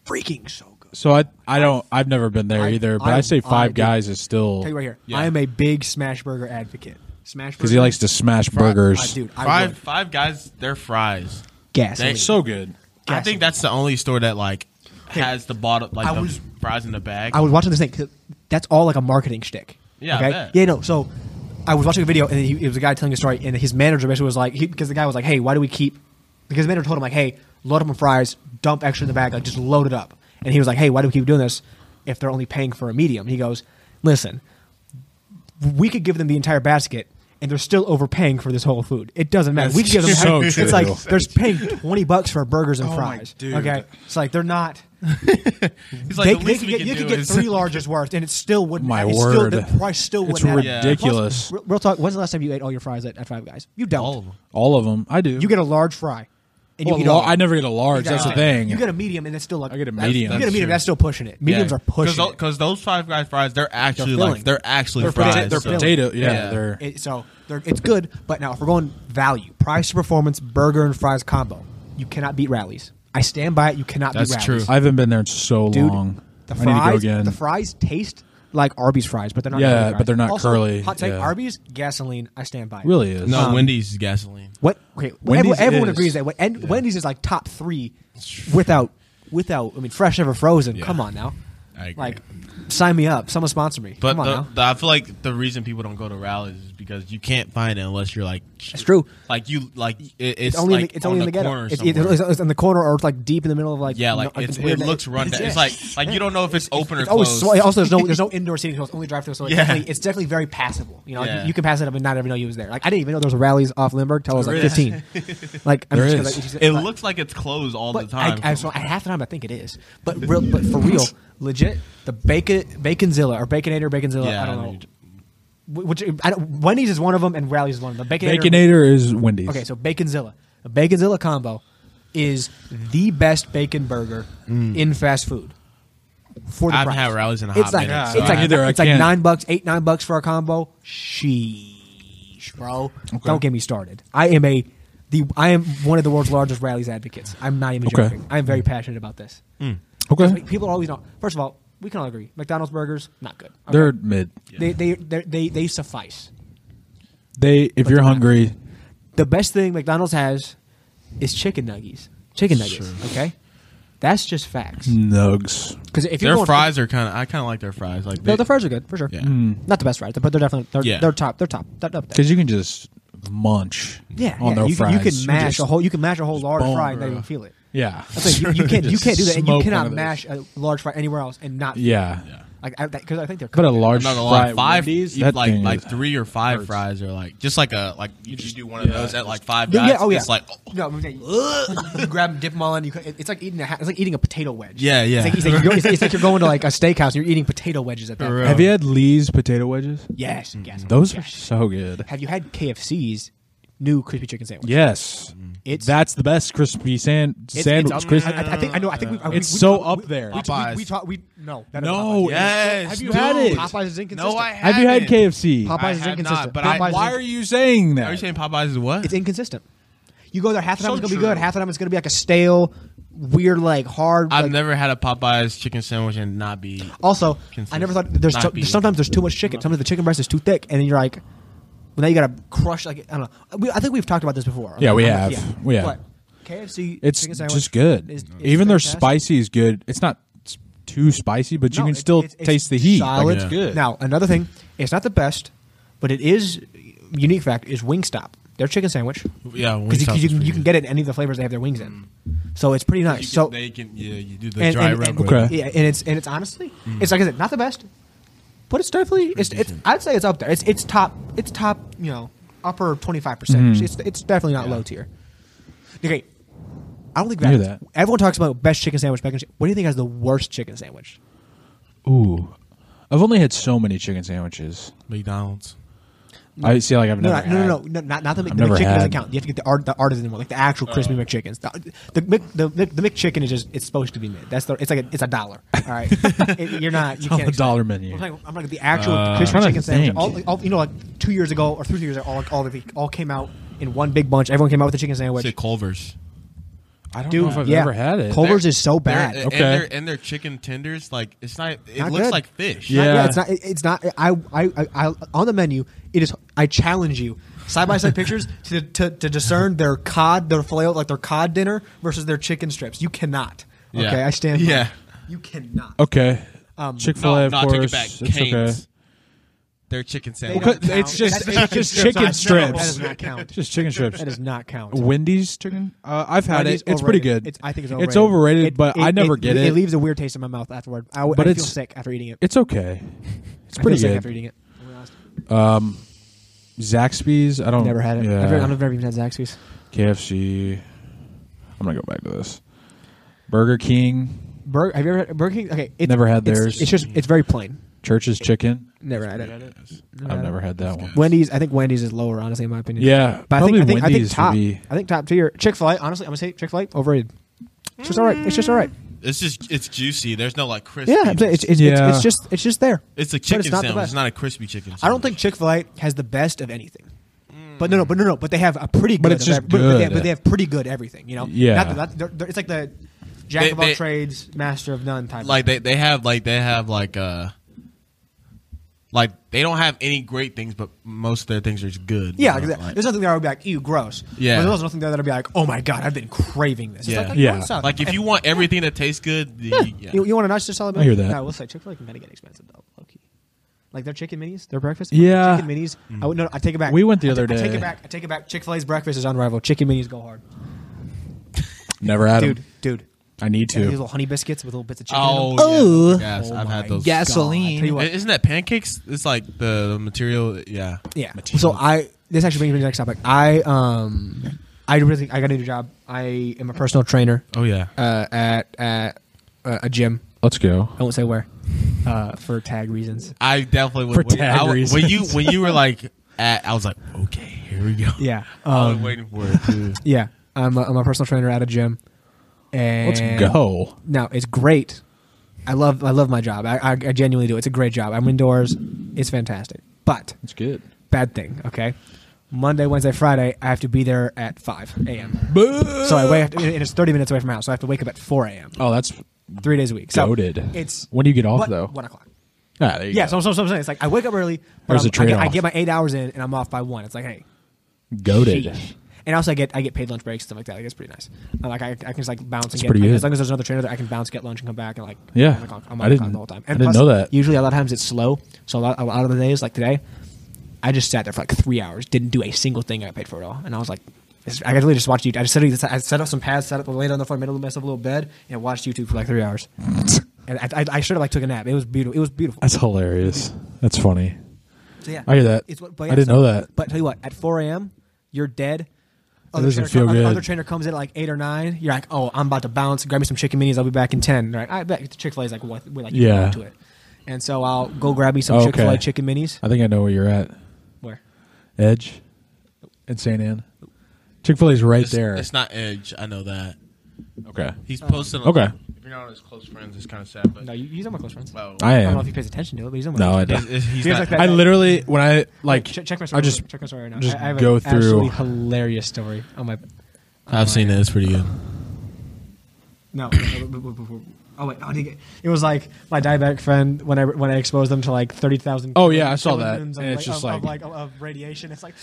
Speaker 1: freaking so good.
Speaker 2: so? I I don't. I've never been there
Speaker 1: I-
Speaker 2: either. But I,
Speaker 1: I-
Speaker 2: say Five
Speaker 1: I-
Speaker 2: Guys is still
Speaker 1: Tell you right here,
Speaker 5: Yeah.
Speaker 1: I am a big Smash Burger advocate. Smash
Speaker 2: because he likes to smash burgers.
Speaker 1: dude, I
Speaker 5: five
Speaker 1: would.
Speaker 5: five guys, their fries.
Speaker 1: gas.
Speaker 5: They-
Speaker 2: so good.
Speaker 5: I think that's the only store that like has the bottle like
Speaker 1: I
Speaker 5: the
Speaker 1: was-
Speaker 5: fries in the bag.
Speaker 1: I was watching this thing. 'cause That's all like a marketing shtick.
Speaker 5: Yeah, I
Speaker 1: Okay.
Speaker 5: bet.
Speaker 1: Yeah. No. So I was watching a video, and he, it was a guy telling a story, and his manager basically was like, because the guy was like, "Hey, why do we keep?" Because the manager told him like, "Hey, load up on fries, dump extra in the bag, like just load it up." And he was like, "Hey, why do we keep doing this if they're only paying for a medium?" He goes, "Listen, we could give them the entire basket." And they're still overpaying for this whole food. It doesn't matter. we
Speaker 2: That's
Speaker 1: could give them.
Speaker 2: so
Speaker 1: it's
Speaker 2: true.
Speaker 1: like they're paying twenty bucks for burgers and
Speaker 2: Oh my
Speaker 1: fries.
Speaker 2: dude.
Speaker 1: Okay, it's like they're not
Speaker 5: He's like,
Speaker 1: they,
Speaker 5: the
Speaker 1: they
Speaker 5: least
Speaker 1: could get,
Speaker 5: we can
Speaker 1: you could
Speaker 5: do
Speaker 1: get
Speaker 5: is-
Speaker 1: three largest worth, and it still wouldn't.
Speaker 2: My
Speaker 1: it's still-
Speaker 2: word.
Speaker 1: the price still
Speaker 2: It's
Speaker 1: wouldn't. add up.
Speaker 2: ridiculous.
Speaker 1: Plus, re- real talk. When's the last time you ate all your fries at, at Five Guys? You don't.
Speaker 5: All of 'em.
Speaker 2: All of them. I do.
Speaker 1: You get a large fry, and
Speaker 2: Well,
Speaker 1: you eat
Speaker 2: la-
Speaker 1: all. of 'em.
Speaker 2: I never get a large.
Speaker 1: You
Speaker 2: That's the
Speaker 1: got-
Speaker 2: thing.
Speaker 1: You get a medium, and it's still like
Speaker 2: I get a
Speaker 1: that's-
Speaker 2: medium.
Speaker 1: You get a
Speaker 2: That's
Speaker 1: medium,
Speaker 2: true.
Speaker 1: that's still pushing it. Mediums are pushing it.
Speaker 5: because those five guys fries they're actually
Speaker 1: filling.
Speaker 5: like they're actually
Speaker 1: They're
Speaker 5: fries.
Speaker 1: filling. They're
Speaker 5: so-
Speaker 1: filling.
Speaker 2: potato. Yeah,
Speaker 5: Yeah.
Speaker 2: They're,
Speaker 1: It- so they're, it's good, but now if we're going value, price to performance, burger and fries combo, you cannot beat rallies. I stand by it. You cannot
Speaker 5: That's
Speaker 1: beat
Speaker 5: true.
Speaker 1: rallies.
Speaker 2: I haven't been there in so
Speaker 1: dude.
Speaker 2: long.
Speaker 1: The
Speaker 2: I need to go
Speaker 1: fries,
Speaker 2: again.
Speaker 1: the fries taste like Arby's fries, but they're not.
Speaker 2: Yeah,
Speaker 1: curly
Speaker 2: but
Speaker 1: fries.
Speaker 2: they're not
Speaker 1: Also,
Speaker 2: curly,
Speaker 1: Hot take:
Speaker 2: yeah.
Speaker 1: Arby's gasoline. I stand by. It.
Speaker 2: really is.
Speaker 1: Um,
Speaker 5: No, Wendy's is gasoline.
Speaker 1: What? Okay,
Speaker 2: Wendy's
Speaker 1: everyone, everyone
Speaker 2: is-
Speaker 1: agrees that. What, and Wendy's is like top three, without, without. I mean, fresh ever frozen. Come on now.
Speaker 4: I agree.
Speaker 1: Like, sign me up. Someone sponsor me.
Speaker 5: But
Speaker 1: Come on
Speaker 5: the,
Speaker 1: now.
Speaker 5: the- I feel like the reason people don't go to rallies is because you can't find it unless you're like.
Speaker 1: It's true.
Speaker 5: Like you like it, it's,
Speaker 1: It's only in
Speaker 5: like
Speaker 1: the, it's only
Speaker 5: on
Speaker 1: in the
Speaker 5: corner
Speaker 1: ghetto. It's, it's,
Speaker 5: somewhere.
Speaker 1: it's in the corner or it's like deep in the middle of like
Speaker 5: yeah,
Speaker 1: no-
Speaker 5: like it's,
Speaker 1: this
Speaker 5: it
Speaker 1: weird na-
Speaker 5: looks run down. It's like like you don't know if it's open or
Speaker 1: It's always
Speaker 5: closed.
Speaker 1: sw- also there's no there's no indoor seating, so it's only drive through. So it's,
Speaker 5: Yeah.
Speaker 1: definitely, it's definitely very passable. You know, like,
Speaker 5: Yeah.
Speaker 1: you, you can pass it up and not ever know you was there. Like I didn't even know there was rallies off Limburg till I was like
Speaker 5: There is.
Speaker 1: 15. like I'm
Speaker 2: There is.
Speaker 1: just 'cause I- it's just-
Speaker 5: it
Speaker 1: but-
Speaker 5: looks like it's closed all the
Speaker 1: but
Speaker 5: time.
Speaker 1: I, I, so I, half the time I think it is, but real, but for real, legit, the bacon baconzilla or baconator baconzilla.
Speaker 5: Yeah,
Speaker 1: I don't
Speaker 5: I know
Speaker 1: know.
Speaker 5: you-
Speaker 1: Wh- Which I don't, Wendy's is one of them, and Rally's is one of them. Baconator,
Speaker 2: Baconator is Wendy's.
Speaker 1: Okay, so Baconzilla. The Baconzilla combo is the best bacon burger
Speaker 2: Mm.
Speaker 1: in fast food. For the
Speaker 5: I haven't
Speaker 1: price.
Speaker 5: had Rally's in a
Speaker 1: it's
Speaker 5: hot
Speaker 1: like,
Speaker 5: minute,
Speaker 1: It's
Speaker 2: so
Speaker 1: like,
Speaker 2: I- Either I
Speaker 1: it's like
Speaker 2: can't.
Speaker 1: nine bucks, eight, nine bucks for a combo. Sheesh, bro. Don't get me started. I am a the I am one of the world's largest rallies advocates. I'm not even
Speaker 2: Okay. Mm-hmm.
Speaker 1: joking. I'm very passionate about this.
Speaker 2: okay.
Speaker 1: Like, people always know. First of all, we can all agree McDonald's burgers not good. Okay?
Speaker 2: They're mid.
Speaker 1: they they they're- they they suffice.
Speaker 2: They if you're hungry,
Speaker 1: the best thing McDonald's has is chicken nuggies. Chicken nuggets. Okay, that's just facts.
Speaker 2: nugs.
Speaker 1: Because if you're
Speaker 5: Their
Speaker 1: going-
Speaker 5: fries are kind of. I kind of like their fries. Like
Speaker 1: no,
Speaker 5: they-
Speaker 1: the Mm. fries are good for sure.
Speaker 5: Yeah.
Speaker 1: Not the best fries, but they're definitely they're,
Speaker 5: Yeah.
Speaker 1: they're top. They're top. They're up there.
Speaker 2: Because you can just munch.
Speaker 1: Yeah,
Speaker 2: on
Speaker 1: yeah.
Speaker 2: their
Speaker 1: you, can-
Speaker 2: fries.
Speaker 1: you can mash
Speaker 2: Just-
Speaker 1: a whole you can mash a whole large
Speaker 2: bone,
Speaker 1: fry and not
Speaker 2: bro.
Speaker 1: even feel it.
Speaker 2: Yeah.
Speaker 1: That's like, you, you can't you
Speaker 2: Just
Speaker 1: can't do that. And
Speaker 2: smoke
Speaker 1: you
Speaker 2: one
Speaker 1: cannot
Speaker 2: of those.
Speaker 1: mash a large fry anywhere else and not feel it.
Speaker 2: Yeah.
Speaker 1: Like I, that, cause I think they're
Speaker 2: But a
Speaker 1: cooked.
Speaker 2: large
Speaker 5: I'm not gonna
Speaker 2: fry
Speaker 5: lie, five
Speaker 2: Wendy's,
Speaker 5: you-
Speaker 2: that
Speaker 5: like
Speaker 2: thing
Speaker 5: like
Speaker 2: is-
Speaker 5: three or five
Speaker 2: hurts.
Speaker 5: fries are like just like a like you just do one of those at like five
Speaker 1: Yeah,
Speaker 5: guys.
Speaker 1: yeah, oh yeah.
Speaker 5: It's like
Speaker 1: no, I'm saying, you grab them, dip them all in. You, cut- it's like eating a ha- it's like eating a potato wedge.
Speaker 5: Yeah, yeah.
Speaker 1: It's like, it's like you're, it's, it's like you're going to like a steakhouse. and You're eating potato wedges at that.
Speaker 5: real.
Speaker 1: point.
Speaker 2: Have you had Lee's potato wedges?
Speaker 1: Yes, yes.
Speaker 2: Mm-hmm. Those are
Speaker 1: yes.
Speaker 2: so good.
Speaker 1: Have you had KFC's new crispy chicken sandwich?
Speaker 2: Yes.
Speaker 1: It's-
Speaker 2: That's the best crispy sand
Speaker 1: It's-
Speaker 2: sandwich.
Speaker 1: it's up-
Speaker 2: crisp-
Speaker 1: I, I think I know. I think we, we,
Speaker 2: It's
Speaker 1: we-
Speaker 2: so
Speaker 1: we-
Speaker 2: up
Speaker 1: we-
Speaker 2: there.
Speaker 1: We, we, we
Speaker 5: Popeyes.
Speaker 1: talk. We no. that is
Speaker 2: No,
Speaker 1: Popeyes.
Speaker 5: yes.
Speaker 2: Have you had it?
Speaker 1: Popeyes is inconsistent.
Speaker 5: No, I
Speaker 1: Popeyes
Speaker 2: Have
Speaker 5: haven't.
Speaker 2: you had KFC?
Speaker 1: Popeyes
Speaker 5: I
Speaker 1: is
Speaker 5: have
Speaker 1: inconsistent.
Speaker 5: not, but I-
Speaker 1: Popeyes is
Speaker 2: Why are
Speaker 1: inconsistent.
Speaker 2: you saying that?
Speaker 5: Are you saying Popeyes is what?
Speaker 1: It's inconsistent. You go there half the time
Speaker 5: So
Speaker 1: it's gonna be
Speaker 5: true.
Speaker 1: good, half the time it's gonna be like a stale, weird, like hard.
Speaker 5: I've
Speaker 1: like-
Speaker 5: never had a Popeyes chicken sandwich and not be.
Speaker 1: Also, I
Speaker 5: Consistent.
Speaker 1: never thought there's
Speaker 5: Not
Speaker 1: so-
Speaker 5: being-
Speaker 1: sometimes there's too much chicken. Sometimes the chicken breast is too thick, and then you're like, well, now you gotta crush. Like I don't know. We, I think we've talked about this before.
Speaker 2: Yeah, we
Speaker 1: I'm
Speaker 2: have. We have.
Speaker 1: But KFC.
Speaker 2: it's
Speaker 1: chicken sandwich
Speaker 2: just good.
Speaker 1: is- is
Speaker 2: Even their
Speaker 1: fantastic.
Speaker 2: spicy is good. It's not s- too spicy, but you
Speaker 1: No,
Speaker 2: can
Speaker 1: it's-
Speaker 2: still
Speaker 1: it's- it's
Speaker 2: taste the heat.
Speaker 1: Solid.
Speaker 2: Like, it's good.
Speaker 1: Now another thing, it's not the best, but it is unique. Fact is Wingstop. Their chicken sandwich.
Speaker 5: Yeah,
Speaker 1: because you,
Speaker 5: Wingstop's
Speaker 1: you, can-
Speaker 5: pretty
Speaker 1: you can
Speaker 5: good. Mm.
Speaker 1: get it in any of the flavors they have their wings in. So it's pretty nice.
Speaker 5: You can-
Speaker 1: so
Speaker 5: they can yeah, you do the
Speaker 1: and,
Speaker 5: dry
Speaker 1: and-
Speaker 5: rub.
Speaker 1: and-
Speaker 5: with it. Mm.
Speaker 2: Okay.
Speaker 1: yeah, and it's and it's honestly, it's like I said, not the best, but it's definitely it's, it's I'd say it's up there. It's it's top it's top you know upper twenty five
Speaker 5: Mm-hmm.
Speaker 1: percent. It's it's definitely not low tier. Okay, I don't think
Speaker 2: Knew that.
Speaker 1: that, everyone talks about best chicken sandwich. Bacon, what do you think has the worst chicken sandwich?
Speaker 2: Ooh. I've only had so many chicken sandwiches.
Speaker 5: McDonald's.
Speaker 2: I see, like I've
Speaker 1: No,
Speaker 2: never.
Speaker 1: no, no,
Speaker 2: had-
Speaker 1: no, no, not not the, Mc-
Speaker 2: I've
Speaker 1: the
Speaker 2: never
Speaker 1: McChicken doesn't
Speaker 2: had-
Speaker 1: count. You have to get the art, the artisan one, like the actual crispy McChickens. The the, Mc, the Mc- the McChicken is just it's supposed to be mid. That's the it's like a, it's a dollar. All right, It- you're not you
Speaker 2: on
Speaker 1: can't
Speaker 2: the
Speaker 1: expect-
Speaker 2: dollar menu.
Speaker 1: I'm talking, I'm talking the actual
Speaker 2: I'm
Speaker 1: crispy
Speaker 2: trying to
Speaker 1: chicken sandwich.
Speaker 2: think.
Speaker 1: All, all, you know, like two years ago or three years ago, all all the all came out in one big bunch. Everyone came out with a chicken sandwich.
Speaker 5: Say Culver's.
Speaker 2: I don't
Speaker 1: Dude,
Speaker 2: know if I've
Speaker 1: yeah.
Speaker 2: ever had it.
Speaker 1: Culver's is so bad.
Speaker 5: They're-
Speaker 2: Okay.
Speaker 5: And their, and their chicken tenders, like it's not. It
Speaker 1: Not
Speaker 5: looks
Speaker 1: good.
Speaker 5: like fish.
Speaker 2: Yeah.
Speaker 1: yeah, it's not. it- It's not. I, I, I, I, on the menu, it is. I challenge you, side by side pictures to, to to discern their cod, their filet, like their cod dinner versus their chicken strips. You cannot.
Speaker 5: Yeah.
Speaker 1: Okay, I stand. by it.
Speaker 5: Yeah.
Speaker 1: you cannot.
Speaker 2: Okay. Chick Fil A,
Speaker 5: No,
Speaker 2: of
Speaker 5: no, I
Speaker 2: course.
Speaker 5: take it back.
Speaker 2: It's okay.
Speaker 5: Cane's. Their chicken sandwich.
Speaker 1: don't
Speaker 2: Because it's
Speaker 1: count.
Speaker 2: just-
Speaker 1: That's-
Speaker 2: it's
Speaker 1: that's
Speaker 2: just
Speaker 1: I
Speaker 2: chicken
Speaker 1: know, That
Speaker 2: strips.
Speaker 1: does not count.
Speaker 2: Just chicken strips.
Speaker 1: That does not count.
Speaker 2: Wendy's chicken. Uh, I've had
Speaker 1: Wendy's
Speaker 2: it. It's
Speaker 1: overrated.
Speaker 2: pretty good.
Speaker 1: It's, I think it's overrated.
Speaker 2: It's overrated, but I never get it.
Speaker 1: It leaves a weird taste in my mouth afterward. I,
Speaker 2: But
Speaker 1: I feel
Speaker 2: it's-
Speaker 1: sick after eating it.
Speaker 2: It's okay. It's
Speaker 1: I feel
Speaker 2: pretty
Speaker 1: sick after
Speaker 2: good.
Speaker 1: eating it.
Speaker 2: Zaxby's. I don't.
Speaker 1: Never had it.
Speaker 2: Yeah.
Speaker 1: I've, never, I've never even had Zaxby's.
Speaker 2: KFC. I'm gonna go back to this. Burger King.
Speaker 1: Burger, have you ever had Burger King? Okay, it's,
Speaker 2: Never had
Speaker 1: it's-
Speaker 2: theirs.
Speaker 1: It's just it's very plain.
Speaker 2: Church's Chicken.
Speaker 1: Never had it.
Speaker 2: I've never had that one.
Speaker 1: Wendy's, I think Wendy's is lower, honestly, in my opinion.
Speaker 2: Yeah,
Speaker 1: but I think,
Speaker 2: probably
Speaker 1: I think, I think
Speaker 2: Wendy's would
Speaker 1: top.
Speaker 2: be-
Speaker 1: I think top tier. Chick Fil A, honestly, I'm gonna say Chick Fil A overrated. It's just all right. It's just all right.
Speaker 5: It's just it's juicy. There's no like crispy.
Speaker 1: Yeah, I'm saying it's, it's, it's,
Speaker 2: Yeah.
Speaker 1: it's just it's just there.
Speaker 5: It's a
Speaker 1: But
Speaker 5: chicken
Speaker 1: not the
Speaker 5: sandwich.
Speaker 1: best.
Speaker 5: It's not a crispy chicken. Sandwich.
Speaker 1: I don't think Chick Fil A has the best of anything. But no, no, but no, no. But they have a pretty good.
Speaker 2: But it's
Speaker 1: of
Speaker 2: just
Speaker 1: ev- but- But, they have,
Speaker 2: good.
Speaker 1: but they have pretty good everything. You know.
Speaker 2: Yeah.
Speaker 1: Not the, not, they're, they're, it's like the jack
Speaker 5: They-
Speaker 1: of all
Speaker 5: they-
Speaker 1: trades, master of none type.
Speaker 5: like they they have like they have like uh Like they don't have any great things, but most of their things are good.
Speaker 1: Yeah,
Speaker 5: you know,
Speaker 1: like that.
Speaker 5: like-
Speaker 1: there's nothing there that would be like, ew, gross.
Speaker 5: Yeah.
Speaker 1: But there's also nothing there that would be like, oh my God, I've been craving this. It's
Speaker 5: Yeah.
Speaker 1: like, like,
Speaker 2: Yeah.
Speaker 1: what's up?
Speaker 5: Like if you want everything that tastes good, the- yeah.
Speaker 1: You, you want a nice just solid?
Speaker 2: I hear that.
Speaker 1: No, we'll say Chick Fil A can kinda get expensive though, low key. Like their chicken minis, their breakfast.
Speaker 2: Yeah.
Speaker 1: chicken minis. I would no, I take it back.
Speaker 2: We went the
Speaker 1: I
Speaker 2: other
Speaker 1: ta- I take
Speaker 2: day.
Speaker 1: it back. I take it back. Chick Fil A's breakfast is unrivaled. Chicken minis go hard,
Speaker 2: Never had
Speaker 1: dude.
Speaker 2: them.
Speaker 1: Dude,
Speaker 2: I need
Speaker 1: and these
Speaker 2: to.
Speaker 1: little honey biscuits with little bits of chicken.
Speaker 5: Oh,
Speaker 1: in them.
Speaker 5: yeah.
Speaker 6: Oh.
Speaker 5: Yes, I've had those.
Speaker 1: I tell you
Speaker 6: Gasoline.
Speaker 1: what.
Speaker 5: I- Isn't that pancakes? It's like the material. Yeah.
Speaker 1: yeah. So I this actually brings me to the next topic. I um I really I got a new job. I am a personal trainer
Speaker 5: Oh yeah.
Speaker 1: uh, at at uh, a gym.
Speaker 2: Let's go.
Speaker 1: I won't say where uh, for tag reasons.
Speaker 5: I definitely would.
Speaker 2: For
Speaker 5: when,
Speaker 2: tag
Speaker 5: I, would- when you
Speaker 2: reasons.
Speaker 5: when you were like, at, I was like, okay, here we go.
Speaker 1: Yeah.
Speaker 5: I was
Speaker 1: Um,
Speaker 5: waiting for it. Too.
Speaker 1: Yeah, I'm a, I'm a personal trainer at a gym. And
Speaker 2: Let's go.
Speaker 1: No, it's great. I love I love my job. I, I, I genuinely do. It's a great job. I'm indoors. It's fantastic. But
Speaker 2: It's good.
Speaker 1: bad thing. Okay, Monday, Wednesday, Friday, I have to be there at five a.m. So I wake, and it's thirty minutes away from my house. So I have to wake up at four a.m.
Speaker 2: Oh, that's
Speaker 1: Three days a week. So
Speaker 2: Goated.
Speaker 1: It's
Speaker 2: When do you get off,
Speaker 1: one-
Speaker 2: though?
Speaker 1: One o'clock.
Speaker 2: ah, there you
Speaker 1: Yeah,
Speaker 2: go.
Speaker 1: so, so, so I'm saying it's like I wake up early. But
Speaker 2: There's
Speaker 1: I'm-
Speaker 2: a trade-off.
Speaker 1: I get, I get my eight hours in, and I'm off by one. It's like, hey,
Speaker 2: goaded.
Speaker 1: Sheesh. And also, I get I get paid lunch breaks, stuff like that. Like, that's pretty nice. Uh, like I, I can just like bounce and get
Speaker 2: pretty
Speaker 1: like,
Speaker 2: good.
Speaker 1: as long as there's another trainer there, I can bounce, get lunch, and come back and like
Speaker 2: Yeah.
Speaker 1: I'm on- I'm
Speaker 2: I
Speaker 1: on
Speaker 2: didn't-
Speaker 1: the whole time.
Speaker 2: I
Speaker 1: And
Speaker 2: didn't
Speaker 1: plus,
Speaker 2: know that.
Speaker 1: Usually, a lot of times it's slow, so a lot, a lot of the days like today, I just sat there for like three hours, didn't do a single thing. I got paid for it all, and I was like. this- I literally just watched YouTube. I just literally just, I set up some pads, set up, laid on the floor, made a myself a little bed, and watched YouTube for like three hours. and I, I, I should have like took a nap. It was beautiful. It was beautiful.
Speaker 2: That's hilarious. That's funny.
Speaker 1: So, yeah.
Speaker 2: I hear that.
Speaker 1: It's what- but
Speaker 2: I
Speaker 1: yeah,
Speaker 2: didn't
Speaker 1: so-
Speaker 2: know that.
Speaker 1: But tell you what, at 4 a.m., you're dead. Other
Speaker 2: doesn't
Speaker 1: trainer,
Speaker 2: feel
Speaker 1: come-
Speaker 2: good.
Speaker 1: Other, other trainer comes in at like 8 or 9. You're like, oh, I'm about to bounce. Grab me some chicken minis. I'll be back in 10. Right? I bet Chick fil A is like, what? We're like,
Speaker 2: Yeah.
Speaker 1: yeah. to it. And so I'll go grab me some
Speaker 2: Okay.
Speaker 1: Chick fil A chicken minis.
Speaker 2: I think I know where you're at.
Speaker 1: Where?
Speaker 2: Edge in St. Anne. Chick fil A's right
Speaker 5: It's,
Speaker 2: there.
Speaker 5: it's not Edge. I know that.
Speaker 2: okay.
Speaker 5: He's posting.
Speaker 2: Okay.
Speaker 5: Oh. If you're not one of his close friends, it's kind of sad. But
Speaker 1: No, you, he's on my close friends.
Speaker 5: well,
Speaker 2: I
Speaker 1: I don't know
Speaker 2: am.
Speaker 1: if he pays attention to it, but he's on my
Speaker 2: no,
Speaker 1: close
Speaker 2: I
Speaker 1: friends.
Speaker 5: it's-
Speaker 2: don't.
Speaker 5: it's- he's
Speaker 1: Seems
Speaker 5: not-
Speaker 1: like that-
Speaker 2: I literally, when I, like,
Speaker 1: Check, check my story.
Speaker 2: I just,
Speaker 1: check my story right now.
Speaker 2: just
Speaker 1: I, I have
Speaker 2: go
Speaker 1: an
Speaker 2: through-
Speaker 1: absolutely hilarious story on my.
Speaker 5: I've seen it. It's pretty good.
Speaker 1: No. Oh wait, oh, did you get- it was like my diabetic friend when I when I exposed them to like thirty thousand.
Speaker 2: Oh, yeah, I saw that. And
Speaker 1: Of,
Speaker 2: it's just
Speaker 1: of- of,
Speaker 2: like-
Speaker 1: of, of radiation. It's like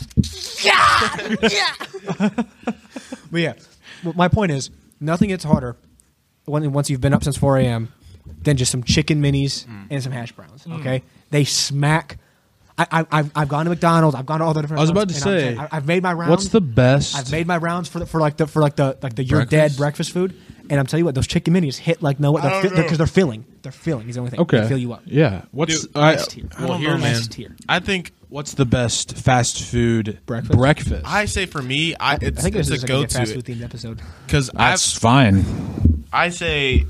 Speaker 1: yeah, yeah. but yeah, well, my point is nothing gets harder when once you've been up since four a.m. than just some chicken minis
Speaker 2: Mm.
Speaker 1: and some hash browns. Okay, they smack. I, I I've, I've gone to McDonald's. I've gone to all the different.
Speaker 2: I was about to
Speaker 1: restaurants, and I'm
Speaker 2: say,
Speaker 1: saying, I, have made my rounds.
Speaker 2: what's the best?
Speaker 1: I've made my rounds for the, for like the for like the like the you're dead
Speaker 5: Breakfast?
Speaker 1: breakfast food, and I'm telling you what those chicken minis hit like no what they're because they're, 'cause they're filling they're filling is the only thing
Speaker 2: okay.
Speaker 1: they fill you up
Speaker 2: Yeah. What's,
Speaker 5: Dude,
Speaker 2: I,
Speaker 1: Next tier.
Speaker 5: Well,
Speaker 1: Well,
Speaker 5: here, man.
Speaker 1: next tier.
Speaker 5: I think
Speaker 2: what's the best fast food
Speaker 1: Breakfast?
Speaker 2: breakfast?
Speaker 5: I say for me, I, it's,
Speaker 1: I think
Speaker 5: it's
Speaker 1: this is
Speaker 5: a
Speaker 1: gonna be
Speaker 5: go
Speaker 1: a fast food
Speaker 5: to
Speaker 1: themed episode.
Speaker 5: because I
Speaker 2: That's fine.
Speaker 5: I say